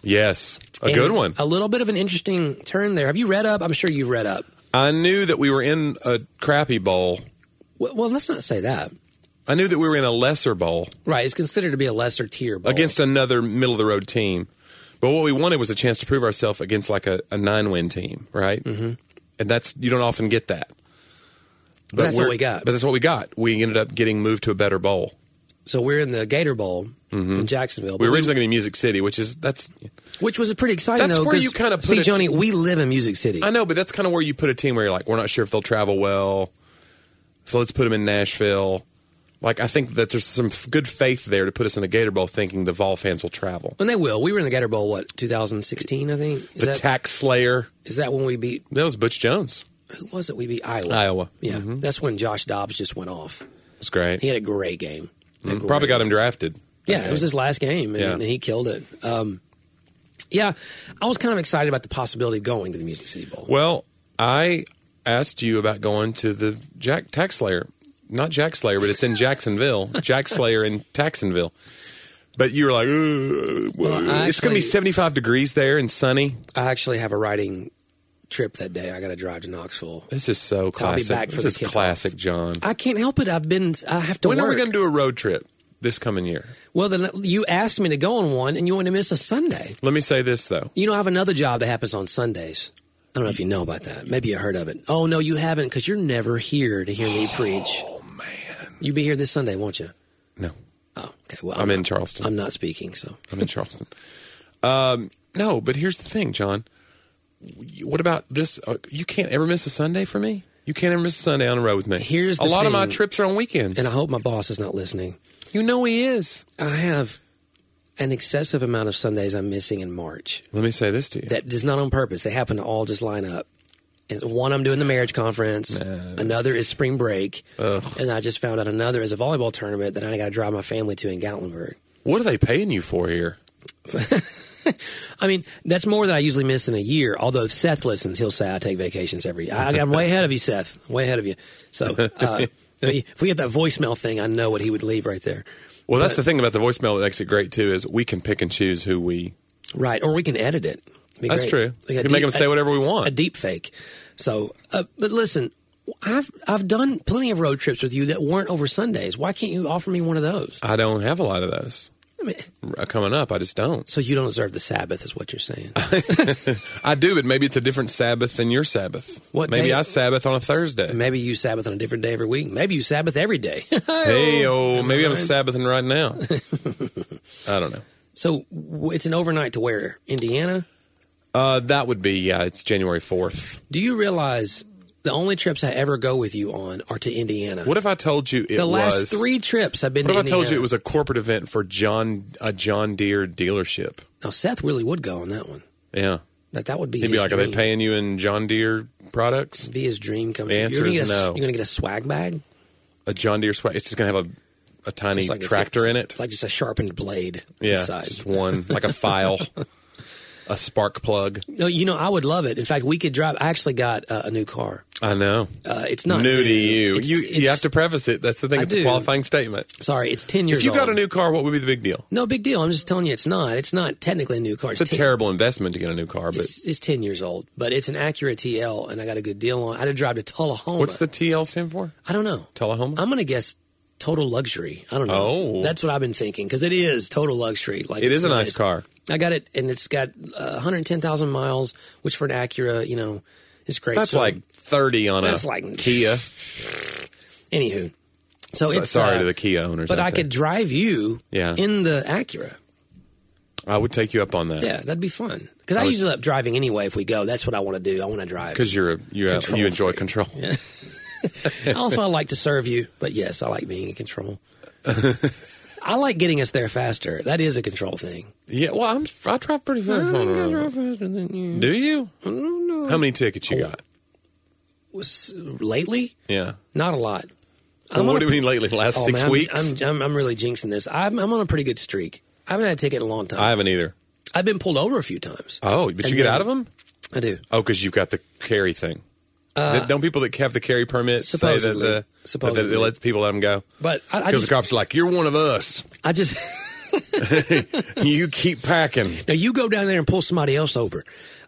S2: yes, a
S1: And
S2: good one.
S1: A little bit of an interesting turn there. Have you read up? I'm sure you've read up.
S2: I knew that we were in a crappy bowl.
S1: Well, well, let's not say that.
S2: I knew that we were in a lesser bowl
S1: Right. It's considered to be a lesser tier bowl.
S2: against another middle of the road team. But what we wanted was a chance to prove ourselves against like a, a nine win team, right? Mm-hmm. And that's you don't often get that. But,
S1: that's what
S2: we're-
S1: we got.
S2: But that's what we got. We ended up getting moved to a better bowl.
S1: so we're in the Gator Bowl in Jacksonville,
S2: Mm-hmm. We
S1: but
S2: were originally going to be Music City, which is that's
S1: which was pretty exciting.
S2: That's
S1: though,
S2: where
S1: 'cause,
S2: you kinda put
S1: see,
S2: it-
S1: Johnny. We live in Music City.
S2: I know, but that's kind of where you put a team where you're like, we're not sure if they'll travel well, so let's put them in Nashville. Like I think that there's some f- good faith there to put us in a Gator Bowl, thinking the Vol fans will travel.
S1: and they will. We were in the Gator Bowl. What 2016? I think is
S2: The
S1: that is
S2: Tax Slayer,
S1: that when we beat
S2: that was Butch Jones,
S1: who was it? We beat Iowa.
S2: Iowa. Mm-hmm.
S1: Yeah, that's when Josh Dobbs just went off.
S2: It's great.
S1: He had a great game. A great
S2: Mm, Probably got him drafted.
S1: Yeah,
S2: Okay.
S1: it was his last game, and,
S2: Yeah.
S1: and he killed it. Um, yeah, I was kind of excited about the possibility of going to the Music City Bowl.
S2: Well, I asked you about going to the Jack Tax Slayer, not Jack Slayer, but it's
S1: *laughs*
S2: in Jacksonville, Jack Slayer in Jacksonville. But you were like, "Ugh, well,
S1: I
S2: it's going to be
S1: actually-
S2: 75 degrees there and sunny.
S1: I actually have a writing trip that day. I got to drive to Knoxville.
S2: This is so classic.
S1: back for
S2: this
S1: the
S2: is
S1: kickoff.
S2: classic, John.
S1: I can't help it. I've been. I have to
S2: When
S1: work.
S2: are we going to do a road trip this coming year?
S1: well, then you asked me to go on one, and you want to miss a Sunday.
S2: Let me say this, though.
S1: You know, I have another job that happens on Sundays. I don't know if you know about that. Maybe you heard of it. Oh no, you haven't, because you're never here to hear me preach.
S2: Oh, man.
S1: You'll be here this Sunday, won't you?
S2: No,
S1: Oh, okay. Well,
S2: I'm
S1: not-
S2: in Charleston.
S1: I'm not speaking, so
S2: I'm in Charleston. Um, no, but here's the thing, John. What about this? Uh, you can't ever miss a Sunday for me. You can't ever miss a Sunday on the road with me.
S1: Here's
S2: a
S1: the
S2: lot of my
S1: thing,
S2: trips are on weekends,
S1: and I hope my boss is not listening.
S2: you know he is.
S1: I have an excessive amount of Sundays I'm missing in March.
S2: Let me say this to you.
S1: That is not on purpose. They happen to all just line up. And one I'm doing the marriage conference. Another is spring break. And I just found out another is a volleyball tournament that I got to drive my family to in Gatlinburg.
S2: what are they paying you for here?
S1: I mean, that's more than I usually miss in a year. Although if Seth listens, he'll say I take vacations every year. I, I'm way ahead of you, Seth. Way ahead of you. So
S2: *laughs*
S1: uh, if we get that voicemail thing, I know what he would leave right there.
S2: Well, that's the thing about the voicemail that makes it great too is we can pick and choose who we.
S1: Right, or we can edit it. It'd be
S2: That's
S1: great.
S2: true.
S1: Like a
S2: we can
S1: deep-
S2: make them say
S1: a-
S2: whatever we
S1: a
S2: want.
S1: deep fake. So, uh, but listen, I've I've done plenty of road trips with you that weren't over Sundays. Why can't you offer me one of those?
S2: I don't have a lot of those
S1: I mean,
S2: r- coming up. I just don't.
S1: so you don't observe the Sabbath, is what you're
S2: *sighs*
S1: saying?
S2: I do, but maybe it's a different Sabbath than your Sabbath.
S1: What
S2: Maybe
S1: day-
S2: I Sabbath on a Thursday.
S1: Maybe you Sabbath on a different day every week. Maybe you Sabbath every day. *laughs*
S2: Hey, oh, maybe I'm Sabbathing right now.
S1: *laughs*
S2: I don't know.
S1: so w- it's an overnight to where Indiana.
S2: Uh, that would be yeah. It's January fourth.
S1: Do you realize the only trips I ever go with you on are to Indiana?
S2: What if I told you it
S1: the last
S2: was?
S1: three trips I've been.
S2: what
S1: to
S2: if I told you
S1: Indiana.
S2: it was a corporate event for John a John Deere dealership?
S1: Now Seth really would go on that one.
S2: Yeah,
S1: Like that would be.
S2: he'd be
S1: his
S2: like, "Are
S1: dream.
S2: they paying you in John Deere products?
S1: Be his dream come
S2: The
S1: true.
S2: answer
S1: you're gonna
S2: is
S1: get a-
S2: no.
S1: You're going to get a swag bag.
S2: A John Deere swag? It's just gonna have a a tiny
S1: It's like it's
S2: tractor
S1: got-
S2: in it.
S1: like just a sharpened blade.
S2: yeah,
S1: inside.
S2: just one like
S1: *laughs*
S2: a file, a spark plug.
S1: No, you know, I would love it. In fact, we could drive. I actually got uh, a new car.
S2: I know.
S1: Uh, it's not
S2: new to you.
S1: It's-
S2: you you
S1: it's-
S2: have to preface it. That's the thing.
S1: I
S2: it's a
S1: do.
S2: qualifying statement.
S1: Sorry, it's ten years.
S2: If you got
S1: old.
S2: a new car, what would be the big deal?
S1: no big deal. I'm just telling you, it's not. It's not technically a new car.
S2: It's a
S1: 10
S2: terrible investment to get a new car, but
S1: It's, it's ten years old, but it's an Acura TL, and I got a good deal on. it. I had to drive to Tullahoma.
S2: what's the TL stand for?
S1: I don't know.
S2: Tullahoma?
S1: I'm going to guess total luxury. I don't know.
S2: Oh.
S1: That's what I've been thinking because it is total luxury. Like
S2: It
S1: it's
S2: is a
S1: not-
S2: nice car.
S1: I got it, and it's got uh, 110,000 miles, which for an Acura, you know, is great.
S2: That's
S1: So-
S2: like 30 on
S1: That's
S2: a
S1: like-
S2: Kia.
S1: *sighs* Anywho, so
S2: So-
S1: it's
S2: Sorry
S1: uh,
S2: to the Kia owners.
S1: But
S2: out
S1: I could
S2: there.
S1: drive you
S2: Yeah.
S1: in the Acura.
S2: I would take you up on
S1: Yeah,
S2: that.
S1: that'd be fun. Because I,
S2: would-
S1: usually up driving anyway. If we go, that's what I want to do. I want to
S2: *laughs*
S1: drive.
S2: Because you're a, you're a,
S1: Control
S2: you enjoy
S1: freak.
S2: control.
S1: also, I like to serve you. But yes, I like being in
S2: *laughs*
S1: control. I like getting us there faster. That is a control thing.
S2: Yeah. Well, I'm, I drive pretty fast.
S1: faster than you.
S2: Do you? How many tickets
S1: Oh.
S2: you got?
S1: Lately,
S2: Yeah.
S1: not a lot.
S2: Well,
S1: I'm
S2: what
S1: on
S2: do
S1: a-
S2: you mean lately? Last
S1: Oh,
S2: six
S1: man, I'm-
S2: weeks?
S1: I'm, I'm, I'm really jinxing this. I'm, I'm on a pretty good streak. I haven't had a ticket in a long time.
S2: I have not either.
S1: I've been pulled over a few times.
S2: Oh, but you
S1: And
S2: get
S1: then-
S2: out of them?
S1: I do.
S2: Oh, because you've got the carry thing. Don't people that have the carry permit say that
S1: Uh, Supposedly.
S2: the that they-
S1: Supposedly.
S2: they let people let them go?
S1: But I, I
S2: Because
S1: just,
S2: the cops are like, "You're one of us.
S1: I just *laughs*
S2: you keep packing."
S1: now you go down there and pull somebody else over.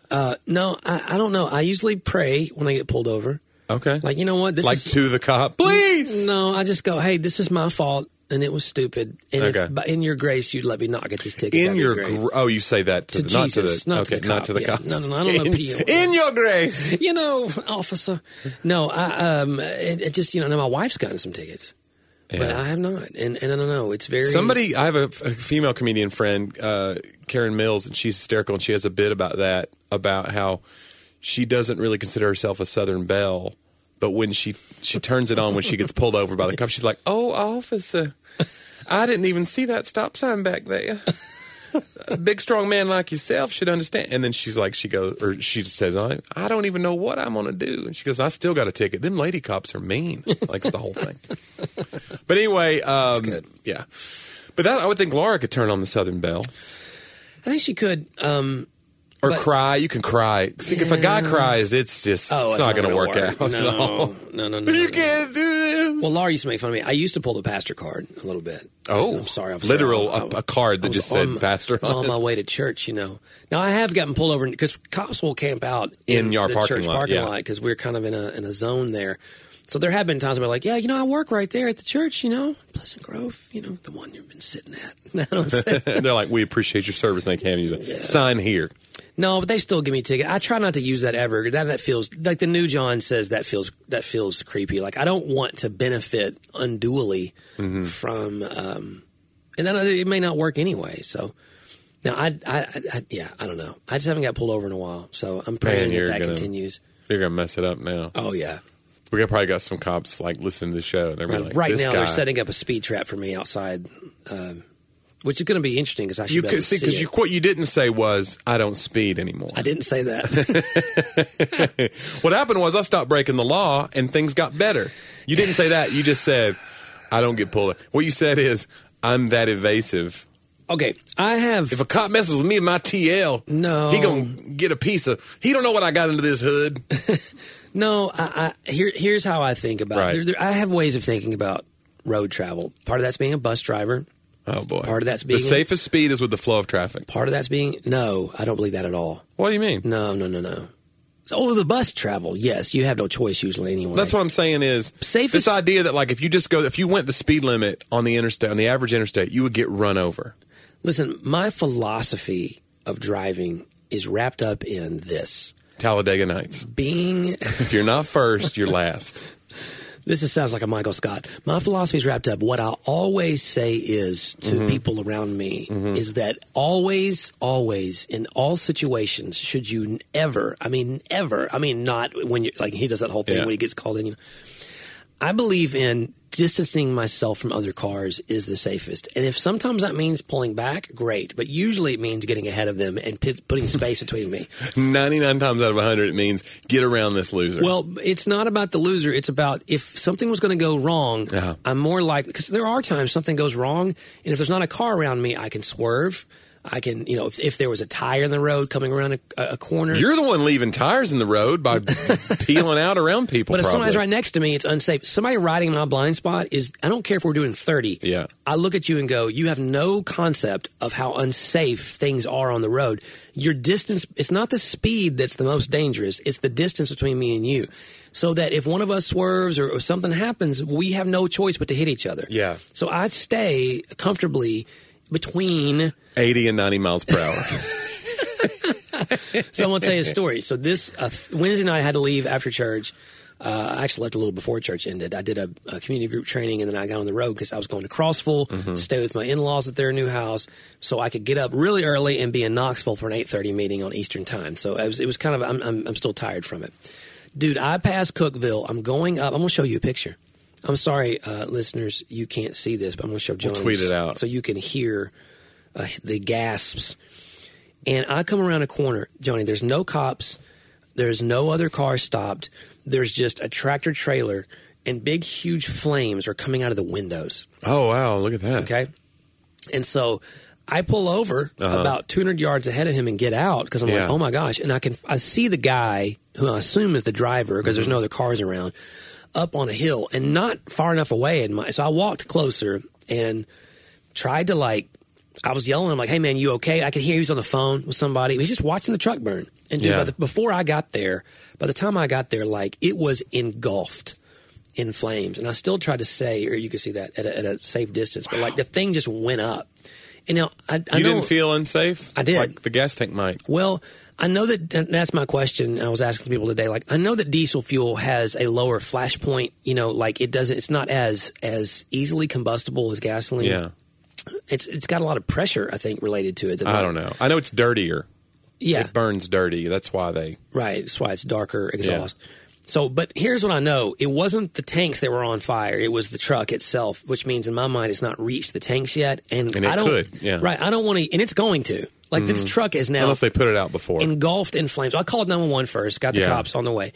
S1: Uh, no, I, I don't know. I usually pray when I get pulled over.
S2: Okay.
S1: Like, you know what? This
S2: Like
S1: is,
S2: to the cop, please.
S1: No, I just go, hey, this is my fault, and it was stupid. And
S2: Okay.
S1: if, but in your grace, you'd let me not get this ticket. that'd
S2: In
S1: be
S2: your
S1: great.
S2: gr- oh, you say that to,
S1: To
S2: the
S1: Jesus,
S2: not
S1: not
S2: to
S1: to
S2: the
S1: the
S2: not to
S1: cop,
S2: the
S1: yeah.
S2: cop.
S1: No, no, no, I don't
S2: in,
S1: appeal.
S2: In your
S1: *laughs*
S2: grace.
S1: you know, officer. No, I um, it, it just you know, now my wife's gotten some tickets, but
S2: Yeah.
S1: I have not, and and I don't know. It's very
S2: Somebody, I have a, a female comedian friend, uh, Karen Mills, and she's hysterical, and she has a bit about that about how she doesn't really consider herself a Southern Belle, but when she she turns it on when she gets pulled over by the cop, she's like, "Oh, officer, I didn't even see that stop sign back there." A big strong man like yourself should understand. And then she's like, she goes, or she just says, I, I don't even know what I'm going to do. And she goes, I still got a ticket. Them lady cops are mean. Like, it's the whole thing. But anyway, um,
S1: good.
S2: yeah. But that I would think Laura could turn on the Southern Belle
S1: I think she could. Um,
S2: or
S1: But-
S2: cry. You can cry. See, if a guy cries, it's just
S1: oh,
S2: it's, not, going to
S1: gonna
S2: work, out. *laughs* at all.
S1: No, no, no, no.
S2: You
S1: no.
S2: can't do this.
S1: Well, Laura used to make fun of me. I used to pull the pastor card a little bit.
S2: Oh,
S1: I'm sorry, officer.
S2: literal
S1: I-
S2: a, a card that
S1: was
S2: just said
S1: on-
S2: pastor
S1: was
S2: on
S1: on
S2: it.
S1: my way to church, you know. Now I have gotten pulled over because cops will camp out
S2: In your
S1: the
S2: parking
S1: church
S2: lot,
S1: parking
S2: yeah.
S1: lot because we're kind of in a in a zone there. So there have been times where like, yeah, you know, I work right there at the church, you know, Pleasant Grove, you know, the one you've been sitting at. *laughs* No, I'm saying-
S2: And *laughs* they're like, we appreciate your service, and they hand you the sign here.
S1: no, but they still give me a ticket. I try not to use that ever. That that feels like the new John says that feels that feels creepy. Like I don't want to benefit unduly
S2: Mm-hmm.
S1: from, um, and then it may not work anyway. So now I, I, I, I yeah, I don't know. I just haven't got pulled over in a while, so I'm praying
S2: you're
S1: that that
S2: gonna-
S1: continues.
S2: You're gonna mess it up now.
S1: Oh yeah,
S2: We got- probably got some cops like listening to the show. And they're gonna be like,
S1: right
S2: this
S1: now
S2: guy.
S1: they're setting up a speed trap for me outside, um, which is going to be interesting because I should
S2: You
S1: be
S2: could
S1: able to
S2: see because
S1: it.
S2: you what you didn't say was I don't speed anymore.
S1: I didn't say that.
S2: *laughs* What happened was I stopped breaking the law and things got better. You didn't say that. You just said, I don't get pulled. What you said is, I'm that evasive.
S1: okay, I have.
S2: If a cop messes with me and my TL,
S1: No.
S2: he gonna get a piece of. He don't know what I got into
S1: *laughs*
S2: this hood.
S1: No, I, I, here, here's how I think about
S2: Right.
S1: it. There- there- I have ways of thinking about road travel. Part of that's being a bus driver.
S2: Oh boy,
S1: Part of that's
S2: the
S1: being-
S2: safest speed is with the flow of traffic.
S1: Part of that's being no. I don't believe that at all.
S2: What do you mean?
S1: No, no, no, no. So, oh, the bus travel. Yes, you have no choice usually anyway.
S2: That's what I'm saying is
S1: Safest-
S2: this idea that like if you just go if you went the speed limit on the interstate on the average interstate you would get run over.
S1: Listen, my philosophy of driving is wrapped up in this
S2: Talladega Nights.
S1: being.
S2: If you're not first, you're last. *laughs*
S1: This is, sounds like a Michael Scott. My philosophy is wrapped up. What I always say is to people around me is that always, always, in all situations, should you ever, I mean, ever, I mean, not when you like he does that whole thing
S2: Yeah.
S1: when he gets called in. You know, I believe in distancing myself from other cars is the safest. And if sometimes that means pulling back, great. But usually it means getting ahead of them and p- putting space between me.
S2: 99 times out of 100 it means get around this loser.
S1: Well, it's not about the loser. It's about if something was going to go wrong,
S2: Uh-huh.
S1: I'm more likely because there are times something goes wrong, and if there's not a car around me, I can swerve. I can, you know, if, if there was a tire in the road coming around a, a corner,
S2: You're the one leaving tires in the
S1: *laughs*
S2: road by peeling out around people.
S1: but if
S2: probably.
S1: somebody's right next to me, it's unsafe. Somebody riding in my blind spot is, I don't care if we're doing 30.
S2: Yeah.
S1: I look at you and go, you have no concept of how unsafe things are on the road. Your distance, it's not the speed that's the most dangerous, it's the distance between me and you. So that if one of us swerves or, or something happens, we have no choice but to hit each other.
S2: Yeah.
S1: So I stay comfortably between.
S2: 80 and 90 miles
S1: *laughs*
S2: per hour.
S1: So I'm gonna tell you a story. So this uh, th- Wednesday night, I had to leave after church. Uh, I actually left a little before church ended. I did a, a community group training, and then I got on the road because I was going to Crossville
S2: Mm-hmm.
S1: to stay with my in-laws at their new house, so I could get up really early and be in Knoxville for an 8:30 meeting on Eastern time. So it was, it was kind of I'm, I'm I'm still tired from it, dude. I passed Cookville. I'm going up. I'm gonna show you a picture. I'm sorry, uh, listeners, you can't see this, but I'm gonna show John.
S2: tweet it out.
S1: so you can hear uh, the gasps and I come around a corner, Johnny. There's no cops. There's no other car stopped. There's just a tractor trailer, and big, huge flames are coming out of the windows.
S2: oh, wow. Look at that.
S1: Okay, and so I pull over about 200 yards ahead of him and get out because I'm
S2: Uh-huh. Yeah.
S1: like, oh my gosh! And I can I see the guy who I assume is the driver because
S2: Mm-hmm.
S1: there's no other cars around up on a hill and not far enough away. In my so I walked closer and tried to like I was yelling. I'm like, "Hey, man, you okay?" I could hear he was on the phone with somebody. He was just watching the truck burn. And dude,
S2: Yeah.
S1: by the, before I got there, by the time I got there, like it was engulfed in flames. And I still tried to say, or you could see that at a, at a safe distance, but like the thing just went up. And now I, I
S2: You
S1: know,
S2: didn't feel unsafe?
S1: I did.
S2: Like the gas tank might.
S1: well, I know that and that's my question. I was asking people today, like I know that diesel fuel has a lower flash point. You know, like it doesn't. It's not as as easily combustible as gasoline.
S2: Yeah.
S1: it's it's got a lot of pressure. I think related to it. than
S2: I
S1: that.
S2: don't know. I know it's dirtier.
S1: Yeah,
S2: It burns dirty. That's why they.
S1: right. That's why it's darker exhaust. So, but here's what I know: it wasn't the tanks that were on fire; it was the truck itself, which means in my mind it's not reached the tanks yet. And,
S2: And it
S1: I don't,
S2: could, yeah. Mm-hmm.
S1: right? I don't want to, and it's going to. Like this truck is now
S2: Unless they put it out before.
S1: engulfed in flames. I called 911 first, got the
S2: Yeah.
S1: cops on the way.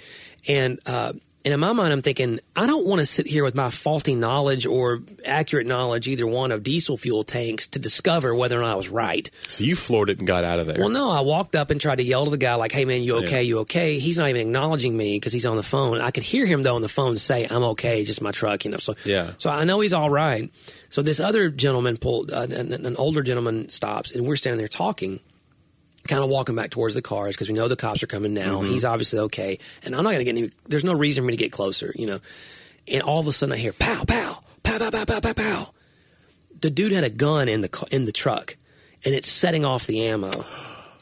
S1: And, uh, and in my mind, I'm thinking, I don't want to sit here with my faulty knowledge or accurate knowledge, either one of diesel fuel tanks, to discover whether or not I was right.
S2: so you floored it and got out of there.
S1: Well, no, I walked up and tried to yell to the guy, like, hey, man, you okay?
S2: Yeah.
S1: You okay? He's not even acknowledging me because he's on the phone. I could hear him, though, on the phone say, I'm okay, just my truck, you know. So,
S2: Yeah.
S1: so I know he's all right. So this other gentleman pulled, uh, an, an older gentleman stops, and we're standing there talking kind of walking back towards the cars because we know the cops are coming now.
S2: Mm-hmm.
S1: He's obviously okay, and I'm not going to get any. There's no reason for me to get closer, you know. And all of a sudden, I hear pow, pow, pow, pow, pow, pow, pow, pow. The dude had a gun in the ca- in the truck, and it's setting off the ammo.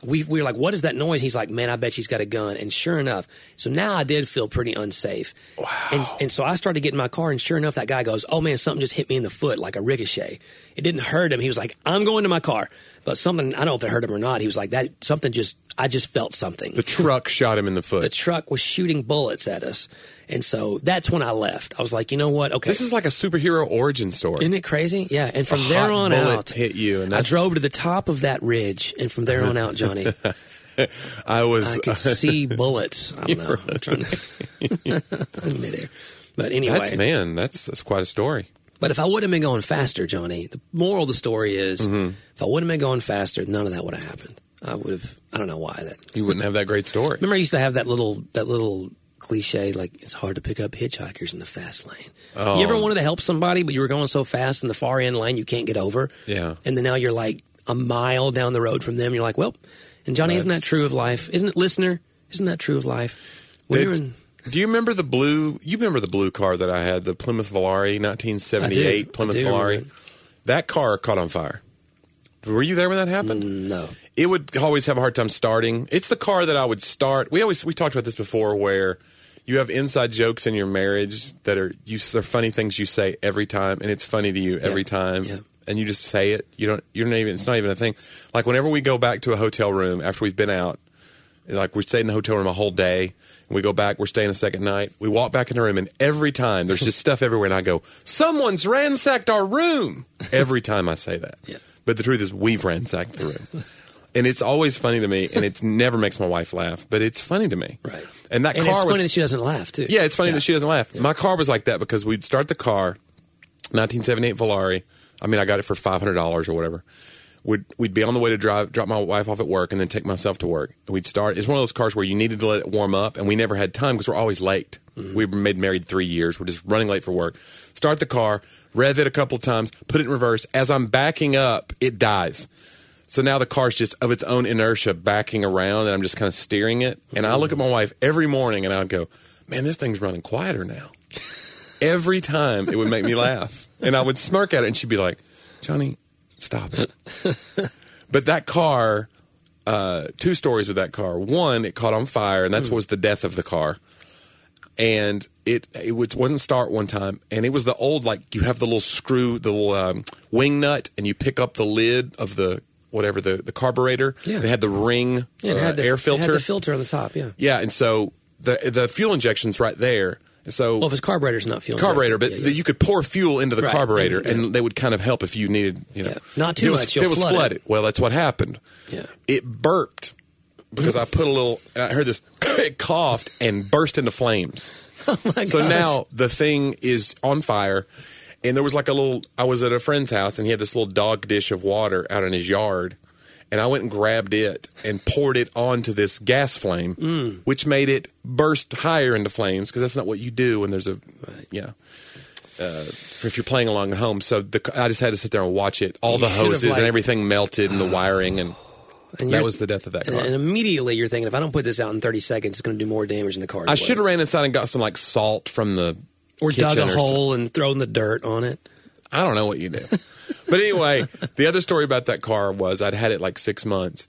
S1: We, we were like, "What is that noise?" He's like, "Man, I bet she's got a gun." And sure enough, so now I did feel pretty unsafe. Wow. And, and so I started getting in my car, and sure enough, that guy goes, "Oh man, something just hit me in the foot like a ricochet." It didn't hurt him. He was like, "I'm going to my car," but something I don't know if it hurt him or not. He was like, "That something just I just felt something."
S2: the truck shot him in the foot.
S1: the truck was shooting bullets at us, and so that's when I left. I was like, "You know what? Okay,
S2: this is like a superhero origin story.
S1: isn't it crazy? Yeah." And from
S2: A
S1: there
S2: hot
S1: on
S2: bullet
S1: out,
S2: hit you, and
S1: I
S2: that's-
S1: drove to the top of that ridge, and from there on out, Johnny,
S2: I was. uh, *laughs*
S1: I could see bullets. I don't know. I'm trying to *laughs* midair. But anyway,
S2: that's man. That's that's quite a story.
S1: but if I would have been going faster, Johnny, the moral of the story is
S2: Mm-hmm.
S1: if I would have been going faster, none of that would have happened. I would have. I don't know why that.
S2: You wouldn't have that great story.
S1: Remember, I used to have that little that little cliche like it's hard to pick up hitchhikers in the fast lane. You
S2: Oh.
S1: ever wanted to help somebody, but you were going so fast in the far end lane you can't get over.
S2: Yeah.
S1: and then now you're like a mile down the road from them. You're like, well, and Johnny, isn't that
S2: That's-
S1: true of life? Isn't it, listener? Isn't that true of life? When you're
S2: Did-
S1: in-
S2: do you remember the blue? You remember the blue car that I had, the Plymouth Valari, nineteen
S1: I do.
S2: seventy-eight
S1: I
S2: Plymouth
S1: do
S2: Valari.
S1: remember
S2: That car caught on fire. Were you there when that happened?
S1: no,
S2: It would always have a hard time starting. It's the car that I would start. We always we talked about this before, where you have inside jokes in your marriage that are you. They're funny things you say every time, and it's funny to you every
S1: Yeah.
S2: time.
S1: Yeah.
S2: And you just say it. You don't. You're not even. It's not even a thing. Like whenever we go back to a hotel room after we've been out, like we stayed in the hotel room a whole day and we go back we're staying a second night we walk back in the room and every time there's just stuff everywhere and i go someone's ransacked our room every time i say that
S1: Yeah.
S2: but the truth is we've ransacked the room and it's always funny to me and
S1: *laughs*
S2: it never makes my wife laugh but it's funny to me
S1: right.
S2: and that
S1: and
S2: car
S1: it's
S2: was
S1: funny that she doesn't laugh too.
S2: yeah, it's funny that she doesn't laugh. My car was like that because we'd start the car, 1978 Volare. I mean, I got it for five hundred dollars or whatever. We'd we'd be on the way to drive, drop my wife off at work, and then take myself to work. And We'd start. It's one of those cars where you needed to let it warm up, and we never had time because we're always late.
S1: Mm-hmm.
S2: We were made married three years. We're just running late for work. Start the car, rev it a couple times, put it in reverse. As I'm backing up, it dies. So now the car's just of its own inertia backing around, and I'm just kind of steering it. And I look at my wife every morning, and I would go, "Man, this thing's running quieter now." every time it would make me laugh, and I would smirk at it, and she'd be like, "Johnny,
S1: *laughs*
S2: stop it." but that car, uh, two stories with that car. One, it caught on fire, and that's
S1: Hmm.
S2: what was the death of the car. And it it was, wasn't start one time, and it was the old like you have the little screw, the little um, wing nut, and you pick up the lid of the whatever the the carburetor.
S1: Yeah.
S2: And it had the ring
S1: Yeah, it
S2: uh,
S1: had the
S2: air
S1: It had
S2: filter.
S1: the filter on the top. Yeah.
S2: yeah, and so the the fuel injection's right there. And So
S1: Well, if his carburetor's not fueling,
S2: carburetor, but
S1: yeah, yeah. *laughs*
S2: th- you could pour fuel into the
S1: Right.
S2: carburetor,
S1: And-
S2: and,
S1: yeah.
S2: they would kind of help if you needed, you know,
S1: Yeah. Not
S2: If
S1: too
S2: it was,
S1: much,
S2: if
S1: you'll
S2: It was
S1: flood it.
S2: flooded. Well, that's what happened.
S1: Yeah.
S2: it burped because I put a little. And I heard this. *coughs* It coughed and burst into flames.
S1: Oh my
S2: So
S1: gosh.
S2: now the thing is on fire, and there was like a little. I was at a friend's house, and he had this little dog dish of water out in his yard, and I went and grabbed it and poured it onto this gas flame,
S1: Mm.
S2: which made it burst higher into flames because that's not what you do when there's a yeah. for if you're playing along at home. So the, I just had to sit there and watch it. All
S1: You
S2: the
S1: should have,
S2: hoses
S1: like-
S2: and everything
S1: *sighs*
S2: melted and the wiring, and,
S1: And
S2: that
S1: you're-
S2: was the death of that
S1: And,
S2: car.
S1: and immediately you're thinking, if I don't put this out in 30 seconds, it's going to do more damage than the car.
S2: I
S1: was.
S2: should have ran inside and got some like salt from the
S1: Or dug
S2: kitchen
S1: a
S2: or
S1: hole and thrown the dirt on it.
S2: I don't know what
S1: *laughs*
S2: you do. but anyway, the other story about that car was I'd had it like six months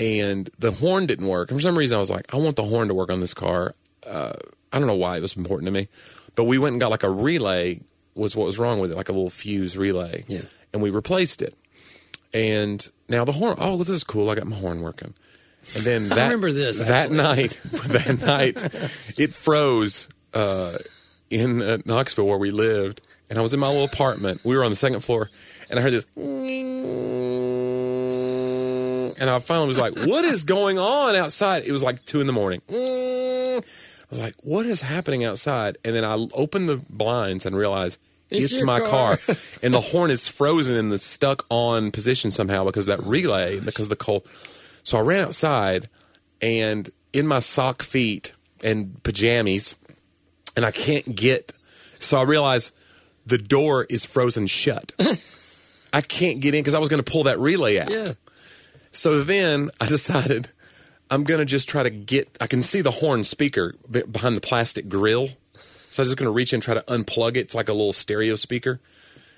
S2: and the horn didn't work. And for some reason, I was like, I want the horn to work on this car. Uh, I don't know why it was important to me. But we went and got like a relay, was what was wrong with it, like a little fuse relay.
S1: Yeah.
S2: And we replaced it. And now the horn, oh, this is cool. I got my horn working. And
S1: *laughs*
S2: then that,
S1: remember this,
S2: That
S1: actually.
S2: night, *laughs* that
S1: *laughs*
S2: night, it froze uh, in uh, Knoxville where we lived, and I was in my little apartment. We were on the second floor, and I heard this, and I finally was like, "What is going on outside?" It was like two in the morning. I was like, "What is happening outside?" And then I opened the blinds and realized.
S1: It's
S2: It's,
S1: your
S2: my
S1: car.
S2: car. *laughs* and the horn is frozen in the stuck on position somehow because that relay, because the cold. So I ran outside and in my sock feet and pajamas, and I can't get. So I realize the door is frozen shut. I can't get in because I was going to pull that relay out.
S1: Yeah.
S2: So then I decided I'm going to just try to get. I can see the horn speaker be- behind the plastic grill. So I was just going to reach in and try to unplug it. It's like a little stereo speaker.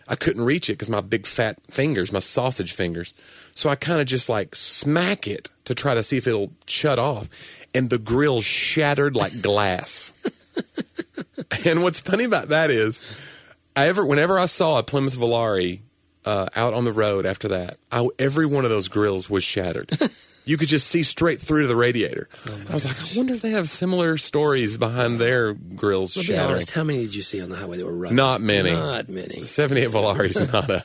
S2: I couldn't reach it because my big fat fingers, my sausage fingers. So I kind of just like smack it to try to see if it'll shut off. And the grill shattered like glass. *laughs* and what's funny about that is, I ever whenever I saw a Plymouth Valari uh, out on the road after that, I, every one of those grills was shattered.
S1: *laughs*
S2: you could just see straight through to the radiator.
S1: Oh
S2: I was like, I wonder if they have similar stories behind their grills
S1: To be
S2: shattering.
S1: honest, how many did you see on the highway that were running?
S2: Not many.
S1: Not many.
S2: Seventy-eight Valari is not a.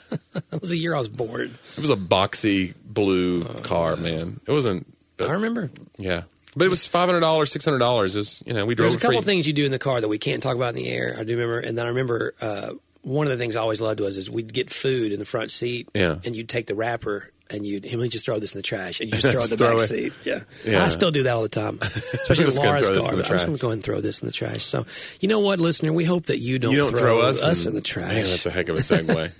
S1: That was the year I was born.
S2: It was a boxy blue car, man. It wasn't.
S1: I remember.
S2: Yeah, but it was five hundred dollars, six hundred dollars. It was you know we drove
S1: There's a
S2: it
S1: couple
S2: free.
S1: things you do in the car that we can't talk about in the air. I do remember, and then I remember uh, one of the things I always loved was is we'd get food in the front seat,
S2: Yeah.
S1: and you'd take the wrapper and you'd him just throw this in the trash and you
S2: *laughs*
S1: just throw it in the
S2: Throw
S1: back
S2: it.
S1: seat. Yeah.
S2: Yeah.
S1: I still do that all the
S2: *laughs*
S1: time, especially
S2: just
S1: with
S2: gonna
S1: Laura's
S2: throw this
S1: car.
S2: in the
S1: but I'm just going
S2: trash.
S1: to go ahead and throw this in the trash. So you know what, listener, we hope that you don't,
S2: You don't throw, us,
S1: in the trash.
S2: Man, that's a heck of
S1: *laughs*
S2: a segue.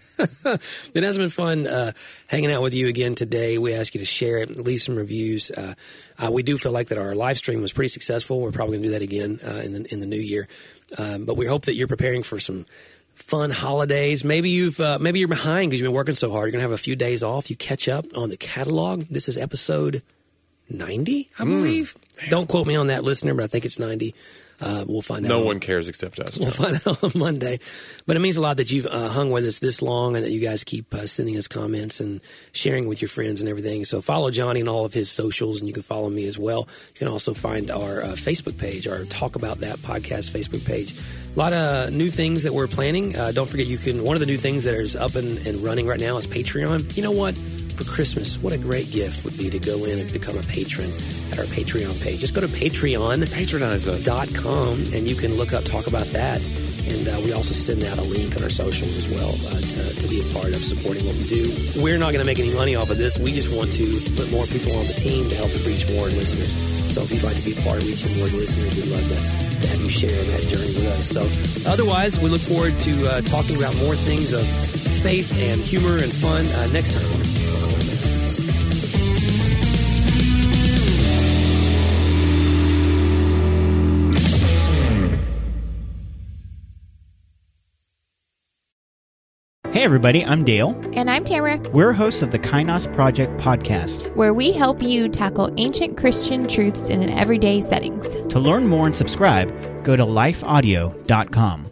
S1: It has been fun uh, hanging out with you again today. We ask you to share it, leave some reviews. Uh, uh, we do feel like that our live stream was pretty successful. We're probably going to do that again uh, in the in the new year, um, but we hope that you're preparing for some fun holidays. Maybe you've uh, maybe you're behind because you've been working so hard. You're going to have a few days off. You catch up on the catalog. This is episode 90,
S2: Hmm.
S1: I believe. Don't quote me on that, listener, but I think it's 90. Uh, we'll find out.
S2: no one cares except us.
S1: *laughs* We'll find out on Monday. But it means a lot that you've uh, hung with us this long and that you guys keep uh, sending us comments and sharing with your friends and everything. So follow Johnny and all of his socials, and you can follow me as well. You can also find our uh, Facebook page, our Talk About That podcast Facebook page. A lot of new things that we're planning. Uh, don't forget, you can, one of the new things that is up and, and running right now is Patreon. You know what? for Christmas. What a great gift would be to go in and become a patron at our Patreon page. Just go to Patreon.
S2: Patronize us.
S1: Dot com, and you can look up, talk about that. And uh, we also send out a link on our socials as well uh, to, to be a part of supporting what we do. We're not going to make any money off of this. We just want to put more people on the team to help us reach more listeners. So if you'd like to be a part of reaching more listeners, we'd love to, to have you share in that journey with us. So otherwise, we look forward to uh, talking about more things of faith and humor and fun uh, next time. on- on
S3: Hey, everybody, I'm Dale.
S4: And I'm Tamara,
S3: We're hosts of the Kynos Project podcast.
S4: where we help you tackle ancient Christian truths in an everyday settings.
S3: To learn more and subscribe, go to lifeaudio.com.